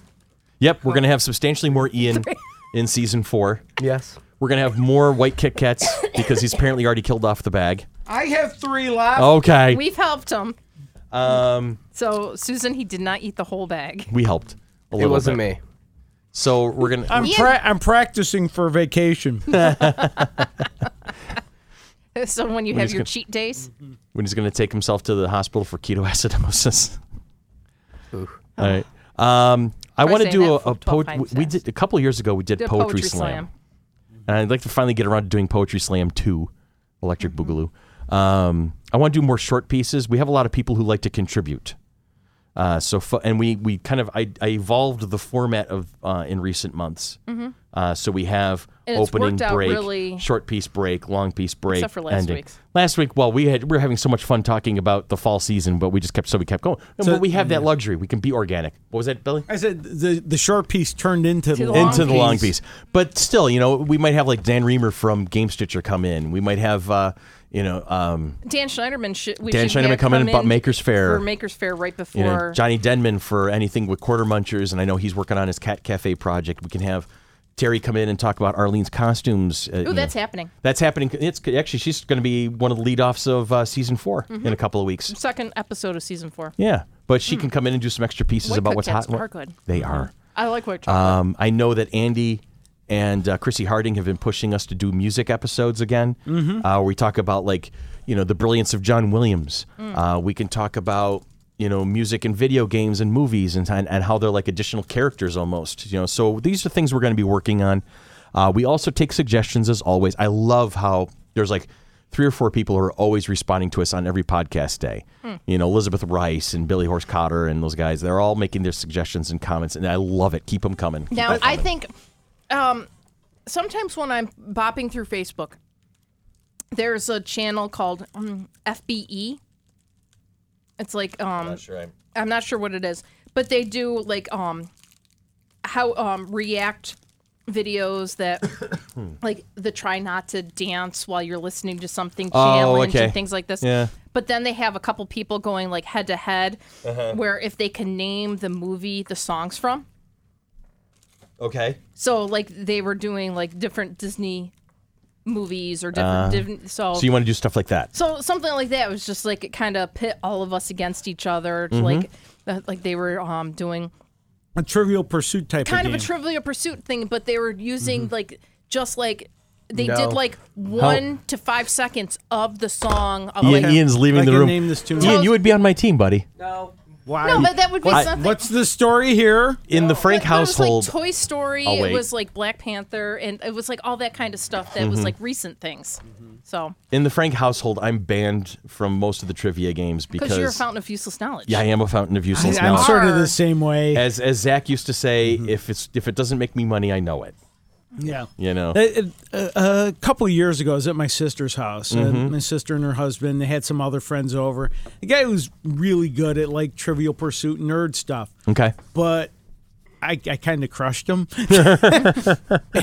[SPEAKER 2] Yep, we're gonna have substantially more Ian in season four.
[SPEAKER 5] Yes.
[SPEAKER 2] We're gonna have more white Kit Kats because he's apparently already killed off the bag.
[SPEAKER 5] I have three left.
[SPEAKER 4] Oh,
[SPEAKER 2] Okay.
[SPEAKER 4] We've helped him. Um.
[SPEAKER 2] Um,
[SPEAKER 4] So Susan, he did not eat the whole bag.
[SPEAKER 2] we helped. A
[SPEAKER 5] it
[SPEAKER 2] little
[SPEAKER 5] wasn't
[SPEAKER 2] bit.
[SPEAKER 5] me.
[SPEAKER 2] So we're gonna.
[SPEAKER 3] I'm pra- I'm practicing for vacation.
[SPEAKER 4] So when you have
[SPEAKER 2] he's
[SPEAKER 4] your
[SPEAKER 2] gonna-
[SPEAKER 4] cheat days,
[SPEAKER 2] when he's going to take himself to the hospital for ketoacidosis. All right. Um, I
[SPEAKER 4] Try
[SPEAKER 2] want to
[SPEAKER 4] saying
[SPEAKER 2] do a,
[SPEAKER 4] that
[SPEAKER 2] a
[SPEAKER 4] f- 12
[SPEAKER 2] poetry.
[SPEAKER 4] times
[SPEAKER 2] We
[SPEAKER 4] fast.
[SPEAKER 2] did a couple years ago. We did
[SPEAKER 4] The
[SPEAKER 2] poetry, slam. and I'd like to finally get around to doing poetry slam two, Electric
[SPEAKER 4] Mm-hmm.
[SPEAKER 2] Boogaloo. Um, I want to do more short pieces. We have a lot of people who like to contribute. Uh, so fu- and we we kind of I, I evolved the format of uh, in recent months. Uh, so we have
[SPEAKER 4] Mm-hmm. And it's
[SPEAKER 2] opening
[SPEAKER 4] worked out
[SPEAKER 2] break,
[SPEAKER 4] really-
[SPEAKER 2] short piece break, long piece break.
[SPEAKER 4] Except for last
[SPEAKER 2] ending.
[SPEAKER 4] week's.
[SPEAKER 2] Last week, well, we had we were having so much fun talking about the fall season, but we just kept so we kept going. No, but we have that luxury. We can be organic. What was that, Billy?
[SPEAKER 3] I said the the short piece turned into the
[SPEAKER 4] the
[SPEAKER 3] long
[SPEAKER 4] long
[SPEAKER 2] into the long
[SPEAKER 3] piece.
[SPEAKER 2] piece. But still, you know, we might have like Dan Reamer from Game Stitcher come in. We might have, uh, you know, um,
[SPEAKER 4] Dan Schneiderman should we
[SPEAKER 2] Dan
[SPEAKER 4] should
[SPEAKER 2] Schneiderman
[SPEAKER 4] have
[SPEAKER 2] come in and bought Maker's Fair.
[SPEAKER 4] for Maker's Fair right before
[SPEAKER 2] you know Johnny Denman for anything with Quarter Munchers, and I know he's working on his Cat Cafe project. We can have Terry come in and talk about Arlene's costumes. Uh, you know.
[SPEAKER 4] Ooh, that's happening.
[SPEAKER 2] That's happening. It's actually she's going to be one of the leadoffs of uh, season 4
[SPEAKER 4] Mm-hmm.
[SPEAKER 2] in a couple of weeks.
[SPEAKER 4] Second episode of season four.
[SPEAKER 2] Yeah, but she can come in and do some extra pieces
[SPEAKER 4] White
[SPEAKER 2] about what's hot.
[SPEAKER 4] cupcakes
[SPEAKER 2] and what-
[SPEAKER 4] Hmm. are good.
[SPEAKER 2] They are.
[SPEAKER 4] I like white chocolate.
[SPEAKER 2] Um, I know that Andy and uh, Chrissy Harding have been pushing us to do music episodes again, uh, where we talk about like you know the brilliance of John Williams. Uh, we can talk about you know music and video games and movies and and, and how they're like additional characters almost. You know, so these are things we're going to be working on. Uh, we also take suggestions as always. I love how there's like three or four people who are always responding to us on every podcast day.
[SPEAKER 4] Hmm.
[SPEAKER 2] You know, Elizabeth Rice and Billy Horse Cotter and those guys, they're all making their suggestions and comments, and I love it. Keep them coming. Keep
[SPEAKER 4] now
[SPEAKER 2] 'em
[SPEAKER 4] I
[SPEAKER 2] coming.
[SPEAKER 4] think um, sometimes when I'm bopping through Facebook, there's a channel called um, FBE. It's like um, I'm not sure what it is, but they do like um how um react videos that like the try not to dance while you're listening to something
[SPEAKER 2] Oh,
[SPEAKER 4] challenge
[SPEAKER 2] okay.
[SPEAKER 4] and things like this.
[SPEAKER 2] Yeah.
[SPEAKER 4] But then they have a couple people going like head to head where if they can name the movie the songs from.
[SPEAKER 2] Okay.
[SPEAKER 4] So like they were doing like different Disney movies or different div- so
[SPEAKER 2] Uh, So you want to do stuff like that?
[SPEAKER 4] so something like that was just like it kind of pit all of us against each other,
[SPEAKER 2] Mm-hmm.
[SPEAKER 4] to, like uh, like they were um, doing
[SPEAKER 3] A Trivial Pursuit type
[SPEAKER 4] kind
[SPEAKER 3] of
[SPEAKER 4] of
[SPEAKER 3] game.
[SPEAKER 4] a Trivial Pursuit thing, but they were using
[SPEAKER 2] Mm-hmm.
[SPEAKER 4] like just like they
[SPEAKER 5] No.
[SPEAKER 4] did like one to five seconds of the song. Of,
[SPEAKER 2] Ian,
[SPEAKER 4] like,
[SPEAKER 2] Ian's leaving
[SPEAKER 3] Like
[SPEAKER 2] the
[SPEAKER 3] I
[SPEAKER 2] room.
[SPEAKER 3] named this tune.
[SPEAKER 2] Ian, you would be on my team, buddy.
[SPEAKER 3] Why?
[SPEAKER 4] no, but that would be
[SPEAKER 2] What-
[SPEAKER 4] something.
[SPEAKER 3] What's the story here?
[SPEAKER 2] In the Frank
[SPEAKER 4] but it was, like,
[SPEAKER 2] household,
[SPEAKER 4] Toy Story,
[SPEAKER 2] I'll
[SPEAKER 4] it
[SPEAKER 2] wait.
[SPEAKER 4] was like Black Panther, and it was like all that kind of stuff that
[SPEAKER 2] Mm-hmm.
[SPEAKER 4] was like recent things. So
[SPEAKER 2] in the Frank household, I'm banned from most of the trivia games because
[SPEAKER 4] because you're a fountain of useless knowledge.
[SPEAKER 2] yeah, I am a fountain of useless
[SPEAKER 3] I'm
[SPEAKER 2] knowledge.
[SPEAKER 3] sort of
[SPEAKER 4] Are-
[SPEAKER 3] the same way.
[SPEAKER 2] As as Zach used to say, if it's if it doesn't make me money, I know it.
[SPEAKER 3] yeah.
[SPEAKER 2] You know.
[SPEAKER 3] A, a, a couple of years ago, I was at my sister's house. and
[SPEAKER 4] Mm-hmm.
[SPEAKER 3] my sister and her husband, they had some other friends over. The guy was really good at like Trivial Pursuit nerd stuff,
[SPEAKER 4] Mm-hmm.
[SPEAKER 2] Okay.
[SPEAKER 3] but I, I kind of crushed him.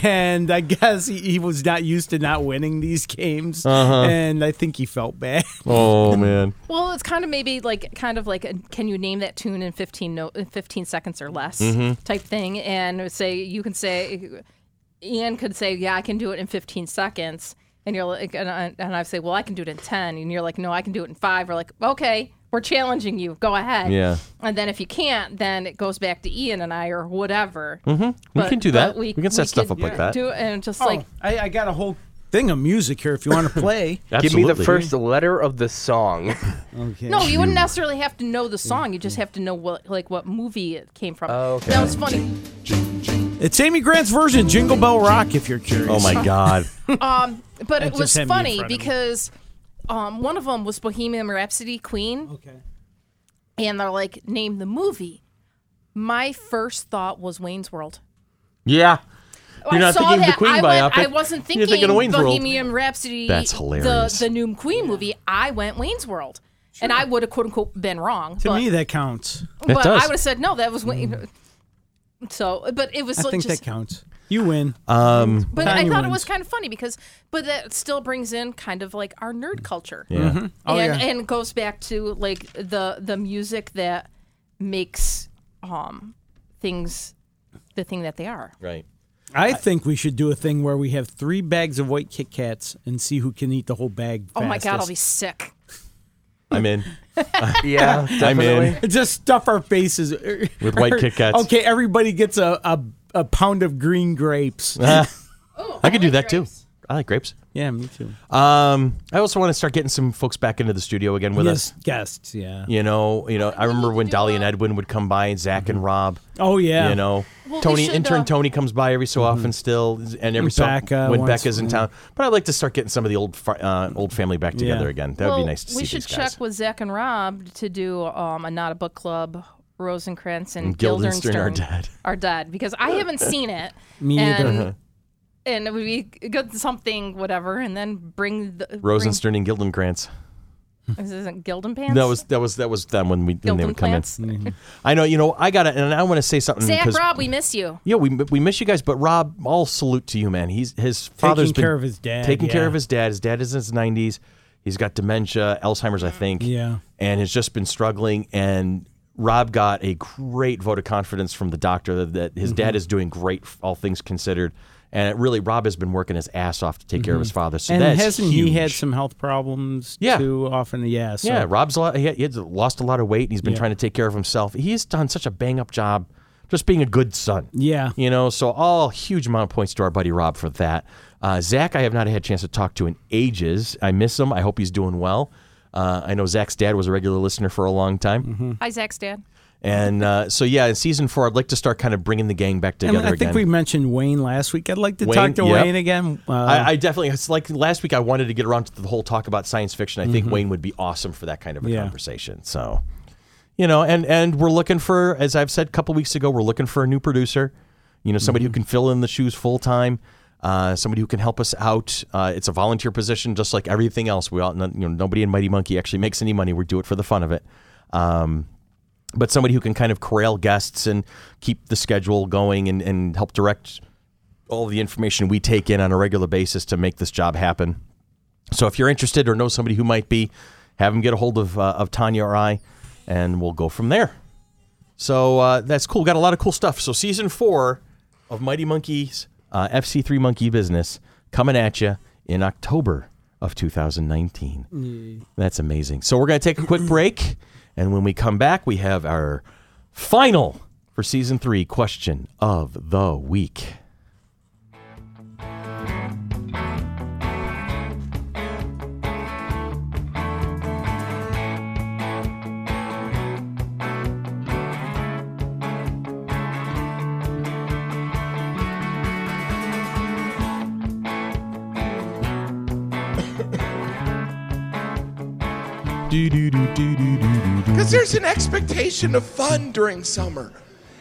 [SPEAKER 3] and I guess he, he was not used to not winning these games.
[SPEAKER 2] Uh-huh.
[SPEAKER 3] And I think he felt bad.
[SPEAKER 2] Oh man.
[SPEAKER 4] Well, it's kind of maybe like kind of like a, can you name that tune in 15 no, in 15 seconds or less
[SPEAKER 2] Mm-hmm.
[SPEAKER 4] type thing and it would say you can say Ian could say yeah I can do it in 15 seconds and you're like and I, and I say well I can do it in 10 and you're like no I can do it in 5 or like okay we're challenging you go ahead
[SPEAKER 2] Yeah.
[SPEAKER 4] and then if you can't then it goes back to Ian and I or whatever
[SPEAKER 2] Mm-hmm. We
[SPEAKER 4] But-
[SPEAKER 2] can do that.
[SPEAKER 4] but
[SPEAKER 2] We, can set stuff up like that.
[SPEAKER 4] do it and just
[SPEAKER 3] Like,
[SPEAKER 4] like
[SPEAKER 3] I, I got a whole thing of music here if you want to play.
[SPEAKER 5] Give me
[SPEAKER 2] Absolutely.
[SPEAKER 5] the first letter of the song.
[SPEAKER 3] okay.
[SPEAKER 4] No, you wouldn't necessarily have to know
[SPEAKER 2] Mm-hmm.
[SPEAKER 4] the song. You just have to know what, like, what movie it came from.
[SPEAKER 5] Oh, okay.
[SPEAKER 4] That was funny.
[SPEAKER 3] It's Amy Grant's version of Jingle Bell Rock, if you're curious.
[SPEAKER 2] Oh my God.
[SPEAKER 4] But it
[SPEAKER 3] just
[SPEAKER 4] was
[SPEAKER 3] had me in
[SPEAKER 4] funny
[SPEAKER 3] front of me.
[SPEAKER 4] because um, one of them was Bohemian Rhapsody Queen,
[SPEAKER 3] Okay.
[SPEAKER 4] and they're like, name the movie. My first thought was Wayne's World.
[SPEAKER 2] yeah. You're
[SPEAKER 4] I
[SPEAKER 2] not
[SPEAKER 4] saw
[SPEAKER 2] thinking of
[SPEAKER 4] that.
[SPEAKER 2] the Queen
[SPEAKER 4] I,
[SPEAKER 2] biopic.
[SPEAKER 4] went, I wasn't thinking,
[SPEAKER 2] You're thinking of Wayne's World.
[SPEAKER 4] Bohemian Rhapsody.
[SPEAKER 2] That's hilarious.
[SPEAKER 4] The, the new Queen movie. I went Wayne's World. And I would have, quote unquote, been wrong.
[SPEAKER 3] To
[SPEAKER 4] but,
[SPEAKER 3] me, that counts.
[SPEAKER 4] but
[SPEAKER 2] does. Mm.
[SPEAKER 4] I would have said, no, that was Wayne. So, but it was
[SPEAKER 3] I
[SPEAKER 4] like
[SPEAKER 3] think
[SPEAKER 4] just
[SPEAKER 3] that counts. You win.
[SPEAKER 2] Uh,
[SPEAKER 4] But I
[SPEAKER 3] Tiny
[SPEAKER 4] thought it
[SPEAKER 3] ones.
[SPEAKER 4] was kind of funny because, but that still brings in kind of like our nerd culture,
[SPEAKER 2] Yeah.
[SPEAKER 4] and and goes back to like the the music that makes um things the thing that they are.
[SPEAKER 2] Right.
[SPEAKER 3] I think we should do a thing where we have three bags of white Kit Kats and see who can eat the whole bag.
[SPEAKER 4] Oh my god, I'll be
[SPEAKER 3] fastest.
[SPEAKER 4] sick.
[SPEAKER 2] I'm in.
[SPEAKER 5] yeah,
[SPEAKER 2] I'm
[SPEAKER 5] definitely.
[SPEAKER 2] in.
[SPEAKER 3] Just stuff our faces
[SPEAKER 2] With white Kit Kats.
[SPEAKER 3] Okay, everybody gets a, a, a pound of green grapes.
[SPEAKER 2] I could do that too. I like grapes.
[SPEAKER 3] Yeah, me too.
[SPEAKER 2] Um, I also want to start getting some folks back into the studio again with us.
[SPEAKER 3] yes, guests. Yeah.
[SPEAKER 2] You know, you know. I remember when Dolly and Edwin would come by, and Zach and Rob.
[SPEAKER 3] Oh yeah. Mm-hmm.
[SPEAKER 2] You know,
[SPEAKER 4] Well, we
[SPEAKER 2] Tony
[SPEAKER 4] should,
[SPEAKER 2] intern
[SPEAKER 4] uh,
[SPEAKER 2] Tony comes by every so often still, and every
[SPEAKER 3] Becca
[SPEAKER 2] so when
[SPEAKER 3] once-
[SPEAKER 2] Becca's in town. But I'd like to start getting some of the old fa- uh, old family back together
[SPEAKER 3] Yeah.
[SPEAKER 2] again. That would
[SPEAKER 4] well,
[SPEAKER 2] be nice to
[SPEAKER 4] we
[SPEAKER 2] see
[SPEAKER 4] should
[SPEAKER 2] these guys.
[SPEAKER 4] check with Zach and Rob to do um, a not a book club. Rosencrantz and,
[SPEAKER 2] And Guildenstern are dead.
[SPEAKER 4] are dead because I haven't seen it.
[SPEAKER 3] Me either.
[SPEAKER 4] and, and it would be good something whatever, and then bring the
[SPEAKER 2] Rosenstern and Gildenkrantz.
[SPEAKER 4] Bring, this isn't Gildenpants.
[SPEAKER 2] That was that was that was them when we when they would come in.
[SPEAKER 4] Gildenplants.
[SPEAKER 2] I know, you know, I got to and I want to say something
[SPEAKER 4] Zach,
[SPEAKER 2] Mm-hmm. because
[SPEAKER 4] Rob, we miss you.
[SPEAKER 2] yeah, we we miss you guys, but Rob, all salute to you, man. He's his father's been
[SPEAKER 3] care of his dad,
[SPEAKER 2] taking care
[SPEAKER 3] yeah.
[SPEAKER 2] of his dad. His dad is in his nineties. He's got dementia, Alzheimer's, I think.
[SPEAKER 3] Yeah.
[SPEAKER 2] and has just been struggling. And Rob got a great vote of confidence from the doctor that, that his
[SPEAKER 3] Mm-hmm.
[SPEAKER 2] dad is doing great, all things considered. And it really, Rob has been working his ass off to take care of his father. So
[SPEAKER 3] Mm-hmm. And
[SPEAKER 2] that's
[SPEAKER 3] hasn't
[SPEAKER 2] huge.
[SPEAKER 3] he had some health problems
[SPEAKER 2] Yeah.
[SPEAKER 3] too often? Yeah. So
[SPEAKER 2] Yeah, Rob's a lot, he, he had lost a lot of weight, and he's been trying to take care of himself. He's done such a bang up job, just being a good son.
[SPEAKER 3] Yeah.
[SPEAKER 2] you know. So all huge amount of points to our buddy Rob for that. Uh, Zach, I have not had a chance to talk to in ages. I miss him. I hope he's doing well. Uh, I know Zach's dad was a regular listener for a long time,
[SPEAKER 3] Mm-hmm.
[SPEAKER 4] Hi, Zach's dad.
[SPEAKER 2] and uh, so yeah, in season four, I'd like to start kind of bringing the gang back
[SPEAKER 3] And
[SPEAKER 2] together
[SPEAKER 3] I
[SPEAKER 2] again.
[SPEAKER 3] think we uh, mentioned Wayne last week. I'd like to
[SPEAKER 2] Wayne,
[SPEAKER 3] talk to
[SPEAKER 2] yep.
[SPEAKER 3] Wayne again. Uh,
[SPEAKER 2] I, I definitely. It's like last week. I wanted to get around to the whole talk about science fiction. I
[SPEAKER 3] Mm-hmm.
[SPEAKER 2] think Wayne would be awesome for that kind of a
[SPEAKER 3] Yeah.
[SPEAKER 2] conversation. So, you know, and and we're looking for, as I've said a couple weeks ago, we're looking for a new producer. You know, somebody who can fill in the shoes full time. Uh, somebody who can help us out. Uh, it's a volunteer position, just like everything else. We all, no- you know, nobody in Mighty Monkey actually makes any money. We do it for the fun of it. Um, but somebody who can kind of corral guests and keep the schedule going and, and help direct all the information we take in on a regular basis to make this job happen. So if you're interested or know somebody who might be, have them get a hold of, uh, of Tanya or I, and we'll go from there. So uh, that's cool. Got a lot of cool stuff. So season four of Mighty Monkeys, uh, FC3 Monkey Business, coming at you in October of 2019. That's amazing. So we're going to take a quick break. And when we come back, we have our final for season three question of the week.
[SPEAKER 7] Because there's an expectation of fun during summer.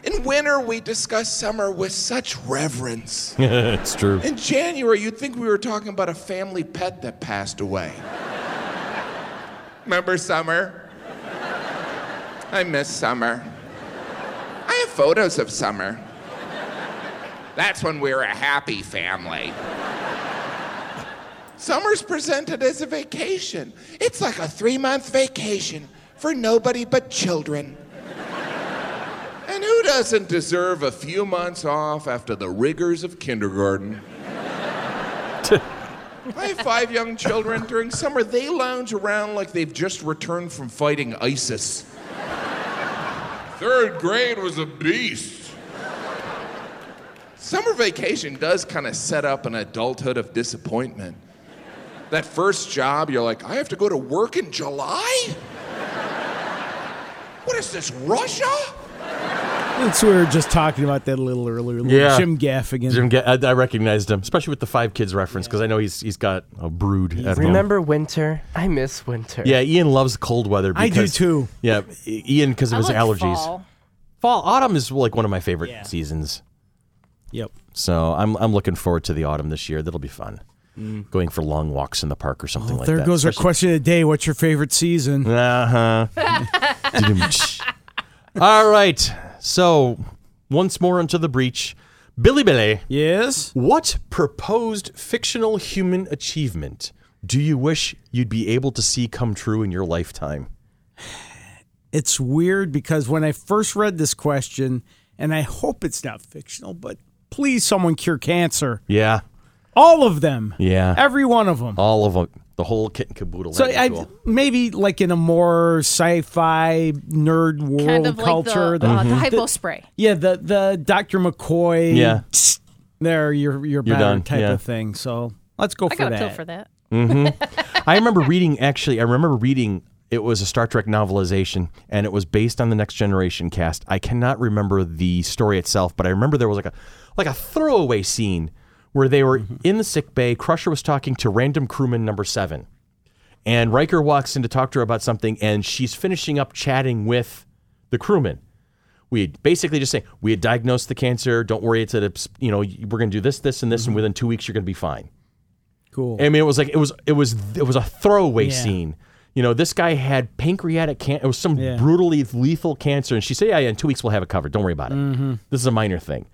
[SPEAKER 7] In winter, we discuss summer with such reverence.
[SPEAKER 2] it's true.
[SPEAKER 7] In January, you'd think we were talking about a family pet that passed away. Remember summer? I miss summer. I have photos of summer. That's when we were a happy family. Summer's presented as a vacation. It's like a three month vacation for nobody but children. And who doesn't deserve a few months off after the rigors of kindergarten? I have five young children. During summer, they lounge around like they've just returned from fighting ISIS. Third grade was a beast. Summer vacation does kind of set up an adulthood of disappointment. That first job, you're like, I have to go to work in July? What is this, Russia?
[SPEAKER 3] That's we were just talking about that a little earlier. little
[SPEAKER 2] Yeah.
[SPEAKER 3] Jim Gaffigan.
[SPEAKER 2] Jim, Ga- I, I recognized him, especially with the five kids reference, because I know he's he's got a brood. At home.
[SPEAKER 5] Remember winter? I miss winter.
[SPEAKER 2] Yeah, Ian loves the cold weather.
[SPEAKER 3] I do
[SPEAKER 2] because-
[SPEAKER 3] too.
[SPEAKER 2] Yeah, I- Ian because of
[SPEAKER 4] I
[SPEAKER 2] his
[SPEAKER 4] like
[SPEAKER 2] allergies.
[SPEAKER 4] fall.
[SPEAKER 2] Fall, autumn is like one of my favorite seasons,
[SPEAKER 3] Yep.
[SPEAKER 2] so I'm I'm looking forward to the autumn this year. That'll be fun. Going for long walks in the park or something like
[SPEAKER 3] Mm. Oh, there
[SPEAKER 2] that.
[SPEAKER 3] goes our question of the day. What's your favorite season?
[SPEAKER 2] Uh huh. All right. So once more onto the breach, Billy Billy.
[SPEAKER 3] Yes.
[SPEAKER 2] What proposed fictional human achievement do you wish you'd be able to see come true in your lifetime?
[SPEAKER 3] It's weird because when I first read this question, and I hope it's not fictional, but please someone cure cancer.
[SPEAKER 2] Yeah,
[SPEAKER 3] All of them.
[SPEAKER 2] Yeah.
[SPEAKER 3] Every one of them.
[SPEAKER 2] all of them, the whole kit and caboodle.
[SPEAKER 3] So
[SPEAKER 2] That'd be
[SPEAKER 3] I
[SPEAKER 2] cool.
[SPEAKER 3] maybe like in a more sci-fi nerd world
[SPEAKER 4] Kind of like
[SPEAKER 3] culture.
[SPEAKER 4] the,
[SPEAKER 2] Mm-hmm.
[SPEAKER 4] uh,
[SPEAKER 2] Mhm.
[SPEAKER 4] the hypo spray.
[SPEAKER 3] yeah, the the Dr. McCoy.
[SPEAKER 2] Yeah.
[SPEAKER 3] There, you're you're, better
[SPEAKER 2] done,
[SPEAKER 3] type
[SPEAKER 2] yeah.
[SPEAKER 3] of thing. So Let's go
[SPEAKER 4] I
[SPEAKER 3] for
[SPEAKER 4] got a
[SPEAKER 3] that.
[SPEAKER 4] pill for that.
[SPEAKER 2] I remember reading actually. I remember reading. It was a Star Trek novelization, and it was based on the Next Generation cast. I cannot remember the story itself, but I remember there was like a like a throwaway scene where they were in the sick bay. Crusher was talking to random crewman number seven, and Riker walks in to talk to her about something, and she's finishing up chatting with the crewman. We had basically just saying we had diagnosed the cancer. Don't worry, it's at a, you know we're going to do this, this, and this, and within two weeks you're going to be fine.
[SPEAKER 3] Cool.
[SPEAKER 2] I mean, it was like it was it was it was a throwaway
[SPEAKER 3] Yeah.
[SPEAKER 2] scene. You know, this guy had pancreatic cancer. It was some
[SPEAKER 3] Yeah.
[SPEAKER 2] brutally lethal cancer, and she said, "Yeah, yeah, in two weeks we'll have it covered. Don't worry about it.
[SPEAKER 3] Mm-hmm.
[SPEAKER 2] This is a minor thing."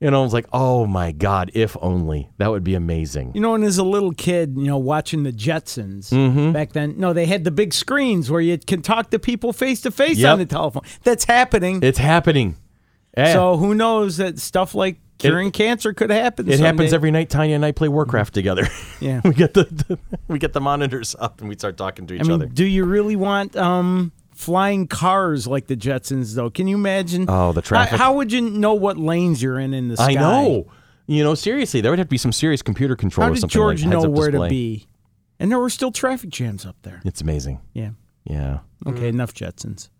[SPEAKER 2] You know, I was like, "Oh my god, if only that would be amazing."
[SPEAKER 3] You know, and as a little kid, you know, watching the Jetsons
[SPEAKER 2] Mm-hmm.
[SPEAKER 3] back then, no, they had the big screens where you can talk to people face to face
[SPEAKER 2] Yep.
[SPEAKER 3] on the telephone. That's happening.
[SPEAKER 2] It's happening. Yeah.
[SPEAKER 3] So who knows that stuff like curing cancer could happen.
[SPEAKER 2] it happens
[SPEAKER 3] someday.
[SPEAKER 2] every night. Tanya and I play Warcraft together.
[SPEAKER 3] Mm-hmm. Yeah.
[SPEAKER 2] we get the, the we get the monitors up and we start talking to each
[SPEAKER 3] I mean,
[SPEAKER 2] other.
[SPEAKER 3] do you really want um, flying cars like the Jetsons though? Can you imagine?
[SPEAKER 2] Oh, the traffic.
[SPEAKER 3] How, how would you know what lanes you're in in the sky?
[SPEAKER 2] I know. You know, seriously, there would have to be some serious computer control
[SPEAKER 3] How
[SPEAKER 2] or
[SPEAKER 3] did
[SPEAKER 2] something
[SPEAKER 3] George
[SPEAKER 2] like
[SPEAKER 3] know
[SPEAKER 2] heads-up
[SPEAKER 3] where
[SPEAKER 2] display.
[SPEAKER 3] to be? And there were still traffic jams up there.
[SPEAKER 2] It's amazing.
[SPEAKER 3] Yeah.
[SPEAKER 2] Yeah.
[SPEAKER 3] Okay, enough Jetsons.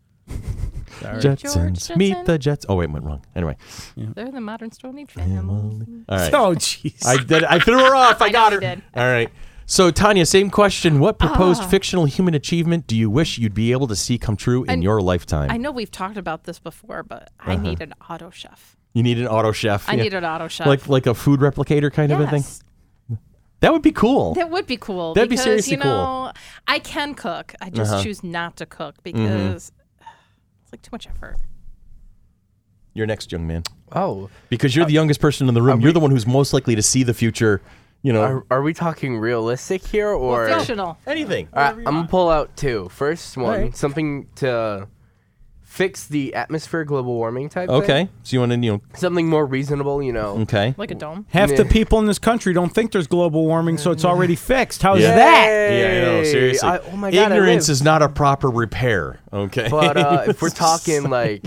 [SPEAKER 2] Jetsons.
[SPEAKER 4] George
[SPEAKER 2] Meet
[SPEAKER 4] Jetson.
[SPEAKER 2] the Jets. Oh, wait, it went wrong. Anyway.
[SPEAKER 4] They're the modern Stone Age family.
[SPEAKER 2] All right.
[SPEAKER 3] Oh, jeez.
[SPEAKER 2] I did. I threw her off. I,
[SPEAKER 4] know
[SPEAKER 2] got
[SPEAKER 4] you
[SPEAKER 2] her.
[SPEAKER 4] did. Ah.
[SPEAKER 2] All right. So, Tanya, same question. What proposed fictional human achievement do you wish you'd be able to see come true in
[SPEAKER 4] I-
[SPEAKER 2] your lifetime?
[SPEAKER 4] I know we've talked about this before, but I need an auto chef.
[SPEAKER 2] you need an auto chef.
[SPEAKER 4] I
[SPEAKER 2] Uh-huh. yeah.
[SPEAKER 4] need an auto chef.
[SPEAKER 2] Like like a food replicator kind of a thing.
[SPEAKER 4] Yes.
[SPEAKER 2] That would be cool.
[SPEAKER 4] That would be cool.
[SPEAKER 2] That'd be
[SPEAKER 4] because,
[SPEAKER 2] seriously Uh-huh.
[SPEAKER 4] you know, I can cook. I just choose not to cook
[SPEAKER 2] Mm-hmm.
[SPEAKER 4] because it's like too much effort.
[SPEAKER 2] You're next, young man.
[SPEAKER 5] Oh,
[SPEAKER 2] Because
[SPEAKER 4] Uh,
[SPEAKER 2] you're the youngest person in the room. You're the one who's most likely to see the future. You know,
[SPEAKER 5] are, are we talking realistic here or?
[SPEAKER 4] Fictional.
[SPEAKER 2] anything.
[SPEAKER 5] All right, I'm gonna pull out two. First one,
[SPEAKER 2] right.
[SPEAKER 5] something to fix the atmosphere, global warming type. thing.
[SPEAKER 2] Okay. Mm. So, you want to, you know,
[SPEAKER 5] Something more reasonable, you know.
[SPEAKER 2] okay.
[SPEAKER 4] Like a dome.
[SPEAKER 3] Half the
[SPEAKER 5] Yeah.
[SPEAKER 3] people in this country don't think there's global warming, so it's already fixed. How's
[SPEAKER 2] Yeah.
[SPEAKER 3] that?
[SPEAKER 2] Yeah, I know,
[SPEAKER 5] Yay!
[SPEAKER 2] seriously.
[SPEAKER 5] I- oh my god, I
[SPEAKER 2] Ignorance
[SPEAKER 5] live.
[SPEAKER 2] is not a proper repair. Okay.
[SPEAKER 5] But uh, if we're talking like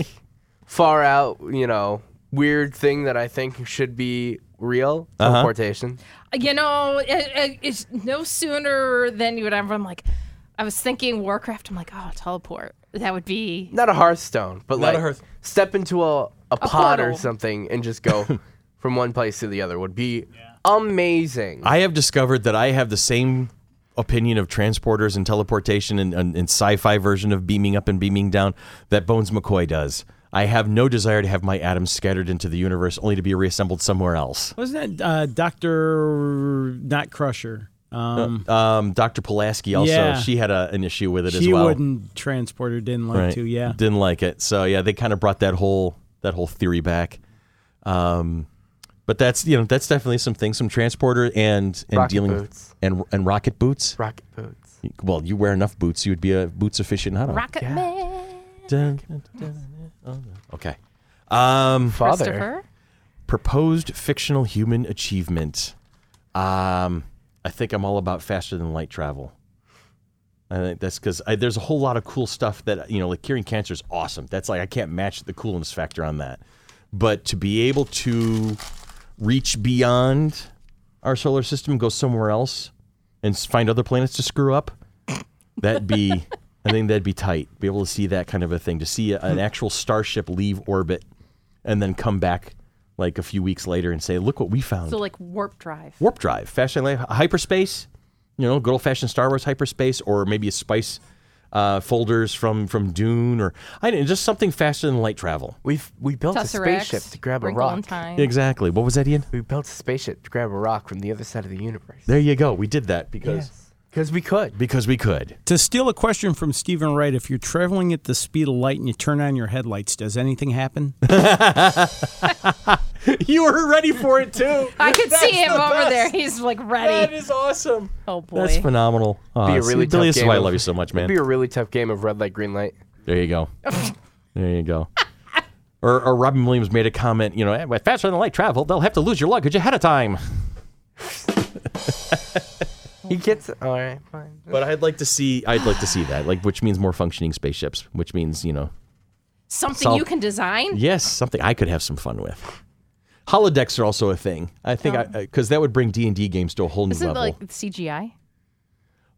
[SPEAKER 5] far out, you know, weird thing that I think should be real
[SPEAKER 2] Uh-huh.
[SPEAKER 5] teleportation.
[SPEAKER 4] You know, it, it- it's no sooner than you would ever. I'm like, I was thinking Warcraft. I'm like, oh, teleport. That would be.
[SPEAKER 5] Not a Hearthstone, but
[SPEAKER 2] Not a
[SPEAKER 5] like
[SPEAKER 2] Hearth-
[SPEAKER 5] step into a, a, pod or
[SPEAKER 4] portal.
[SPEAKER 5] something and just go from one place to the other would be amazing.
[SPEAKER 2] I have discovered that I have the same opinion of transporters and teleportation and, and, and sci-fi version of beaming up and beaming down that Bones McCoy does. I have no desire to have my atoms scattered into the universe only to be reassembled somewhere else.
[SPEAKER 3] Wasn't that uh, Doctor Not Crusher? Um,
[SPEAKER 2] Um, Dr. Pulaski also,
[SPEAKER 3] Yeah.
[SPEAKER 2] she had a, an issue with it
[SPEAKER 3] she
[SPEAKER 2] as well.
[SPEAKER 3] wouldn't transport her. Didn't like
[SPEAKER 2] Right.
[SPEAKER 3] to. Yeah.
[SPEAKER 2] Didn't like it. So yeah, they kind of brought that whole that whole theory back. Um, but that's you know that's definitely some things, some transporter and and
[SPEAKER 5] Rocket
[SPEAKER 2] dealing
[SPEAKER 5] boots.
[SPEAKER 2] with and and rocket boots.
[SPEAKER 5] Rocket boots.
[SPEAKER 2] Well, you wear enough boots, you would be a boots aficionado.
[SPEAKER 4] Rocket Man.
[SPEAKER 2] Dun, dun, dun, dun. Okay. Um,
[SPEAKER 5] Father.
[SPEAKER 4] Christopher.
[SPEAKER 2] proposed fictional human achievement. Um, I think I'm all about faster than light travel. I think that's because there's a whole lot of cool stuff that you know, like curing cancer is awesome. That's like I can't match the coolness factor on that. But to be able to reach beyond our solar system, go somewhere else, and s- find other planets to screw up, that'd be. I think that'd be tight. Be able to see that kind of a thing. To see a, an actual starship leave orbit and then come back like a few weeks later and say, "Look what we found."
[SPEAKER 4] So, like, warp drive.
[SPEAKER 2] warp drive, fashion life, hyperspace. You know, good old fashioned Star Wars hyperspace, or maybe a spice uh, folders from from Dune, or I didn't just something faster than light travel.
[SPEAKER 5] We've we built a spaceship
[SPEAKER 4] Tesseract.
[SPEAKER 5] to grab a
[SPEAKER 4] Wrinkle
[SPEAKER 5] rock.
[SPEAKER 4] in time.
[SPEAKER 2] Exactly. What was that, Ian?
[SPEAKER 5] We built a spaceship to grab a rock from the other side of the universe.
[SPEAKER 2] There you go. We did that because
[SPEAKER 5] Because we could.
[SPEAKER 2] because we could.
[SPEAKER 3] To steal a question from Stephen Wright, if you're traveling at the speed of light and you turn on your headlights, does anything happen?
[SPEAKER 2] you were ready for it too.
[SPEAKER 4] I could see him
[SPEAKER 2] the
[SPEAKER 4] over
[SPEAKER 2] best.
[SPEAKER 4] there. He's like ready.
[SPEAKER 2] is awesome.
[SPEAKER 4] Oh boy.
[SPEAKER 2] That's phenomenal. Aw,
[SPEAKER 5] Be a
[SPEAKER 2] Ah, see,
[SPEAKER 5] really
[SPEAKER 2] Billy,
[SPEAKER 5] tough
[SPEAKER 2] this is why I
[SPEAKER 5] game.
[SPEAKER 2] love you so much, man.
[SPEAKER 5] It'd be a really tough game of red light, green light.
[SPEAKER 2] There you go. there you go. Or, or Robin Williams made a comment, you know, "Eh, with faster than light travel, they'll have to lose your luggage ahead of time.
[SPEAKER 5] He gets all right, fine.
[SPEAKER 2] But I'd like to see, I'd like to see that, like, which means more functioning spaceships, which means, you know,
[SPEAKER 4] Something
[SPEAKER 2] Solve-
[SPEAKER 4] you can design?
[SPEAKER 2] yes, something I could have some fun with. Holodecks are also a thing. I think I because that would bring D and D games to a whole new
[SPEAKER 4] Isn't Oh. it
[SPEAKER 2] level.
[SPEAKER 4] like CGI?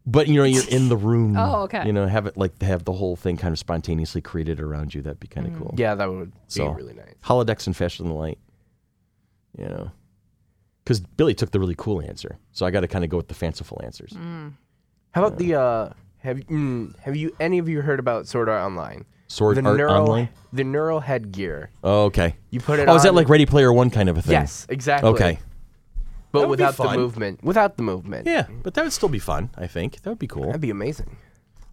[SPEAKER 2] but you know, you're in the room.
[SPEAKER 4] Oh, okay.
[SPEAKER 2] You know, have it like have the whole thing kind of spontaneously created around you. That'd be kind of
[SPEAKER 4] Mm.
[SPEAKER 2] cool.
[SPEAKER 5] Yeah, that would be
[SPEAKER 2] So
[SPEAKER 5] really nice.
[SPEAKER 2] Holodecks and faster than light. You know, because Billy took the really cool answer, so I got to kind of go with the fanciful answers.
[SPEAKER 4] Mm.
[SPEAKER 5] How about the uh have you mm, have you any of you heard about Sword Art Online?
[SPEAKER 2] Sword
[SPEAKER 5] the
[SPEAKER 2] Art
[SPEAKER 5] neural,
[SPEAKER 2] Online?
[SPEAKER 5] The neural headgear.
[SPEAKER 2] Oh, okay.
[SPEAKER 5] You put it
[SPEAKER 2] Oh, is that
[SPEAKER 5] on-
[SPEAKER 2] like Ready Player One kind of a thing?
[SPEAKER 5] Yes, exactly.
[SPEAKER 2] Okay.
[SPEAKER 5] But
[SPEAKER 2] would be
[SPEAKER 5] without the
[SPEAKER 2] fun.
[SPEAKER 5] movement. Without the movement.
[SPEAKER 2] Yeah, but that would still be fun. I think that would be cool.
[SPEAKER 5] That'd be amazing.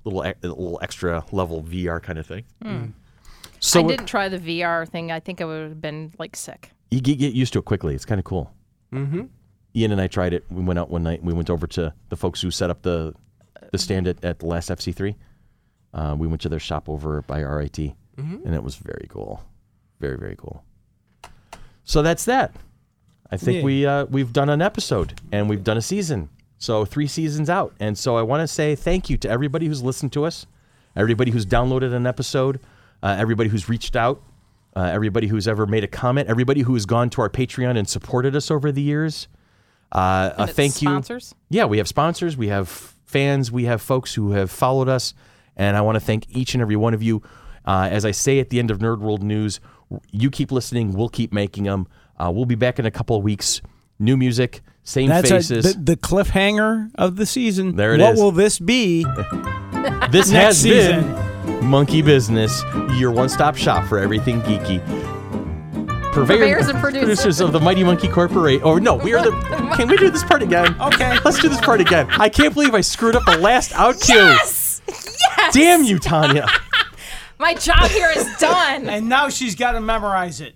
[SPEAKER 2] little e- little extra level VR kind of thing.
[SPEAKER 4] I
[SPEAKER 2] So
[SPEAKER 4] didn't try the VR thing. I think I would have been like sick.
[SPEAKER 2] you get, get used to it quickly. It's kind of cool. Mm-hmm. Ian and I tried it. We went out one night. We went over to the folks who set up the the stand at, at the last FC3. Uh, we went to their shop over by RIT,
[SPEAKER 4] Mm-hmm.
[SPEAKER 2] and it was very cool, very very cool. So that's that. I think
[SPEAKER 3] Yeah.
[SPEAKER 2] we uh, we've done an episode and we've done a season. So three seasons out, and so I want to say thank you to everybody who's listened to us, everybody who's downloaded an episode, uh, everybody who's reached out, uh, everybody who's ever made a comment, everybody who has gone to our Patreon and supported us over the years. Uh, a
[SPEAKER 4] And it's
[SPEAKER 2] thank you.
[SPEAKER 4] sponsors?
[SPEAKER 2] Yeah, we have sponsors, we have fans, we have folks who have followed us, and I want to thank each and every one of you. Uh, as I say at the end of Nerd World News, you keep listening, we'll keep making them. Uh, we'll be back in a couple of weeks. New music, same
[SPEAKER 3] That's a-
[SPEAKER 2] faces.
[SPEAKER 3] the, the cliffhanger of the season.
[SPEAKER 2] There it
[SPEAKER 3] What
[SPEAKER 2] is.
[SPEAKER 3] will this be?
[SPEAKER 2] this has
[SPEAKER 3] next season.
[SPEAKER 2] been Monkey Business, your one-stop shop for everything geeky. Purveyor-
[SPEAKER 4] Purveyors and producers.
[SPEAKER 2] of the Mighty Monkey Corporate. Or no, we are the. Can we do this part again?
[SPEAKER 3] Okay.
[SPEAKER 2] Let's do this part again. I can't believe I screwed up the last out cue.
[SPEAKER 4] Yes! Yes!
[SPEAKER 2] Damn you, Tanya.
[SPEAKER 4] My job here is done.
[SPEAKER 3] And now she's got to memorize it.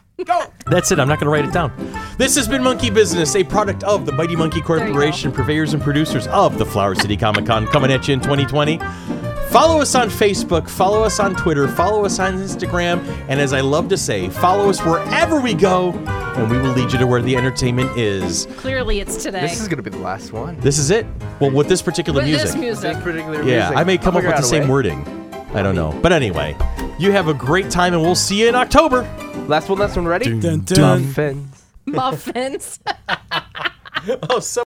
[SPEAKER 2] That's it. I'm not going to write it down. This has been Monkey Business, a product of the Mighty Monkey
[SPEAKER 4] you go.
[SPEAKER 2] Corporation, purveyors and producers of the Flower City Comic Con, coming at you in 2020. Follow us on Facebook, follow us on Twitter, follow us on Instagram, and as I love to say, follow us wherever we go, and we will lead you to where the entertainment is.
[SPEAKER 4] Clearly, it's today.
[SPEAKER 5] This is gonna be the last one.
[SPEAKER 2] This is it. Well, with this particular
[SPEAKER 4] With
[SPEAKER 2] music.
[SPEAKER 4] this music.
[SPEAKER 5] This particular
[SPEAKER 2] yeah,
[SPEAKER 5] music.
[SPEAKER 2] I may come
[SPEAKER 5] I'll
[SPEAKER 2] up with
[SPEAKER 5] figure
[SPEAKER 2] the
[SPEAKER 5] out a
[SPEAKER 2] same
[SPEAKER 5] way.
[SPEAKER 2] wording. I don't know. But anyway, you have a great time, and we'll see you in October.
[SPEAKER 5] Last one, last one, ready?
[SPEAKER 3] Dun, dun.
[SPEAKER 5] Fence.
[SPEAKER 4] Muffins.
[SPEAKER 2] Oh, so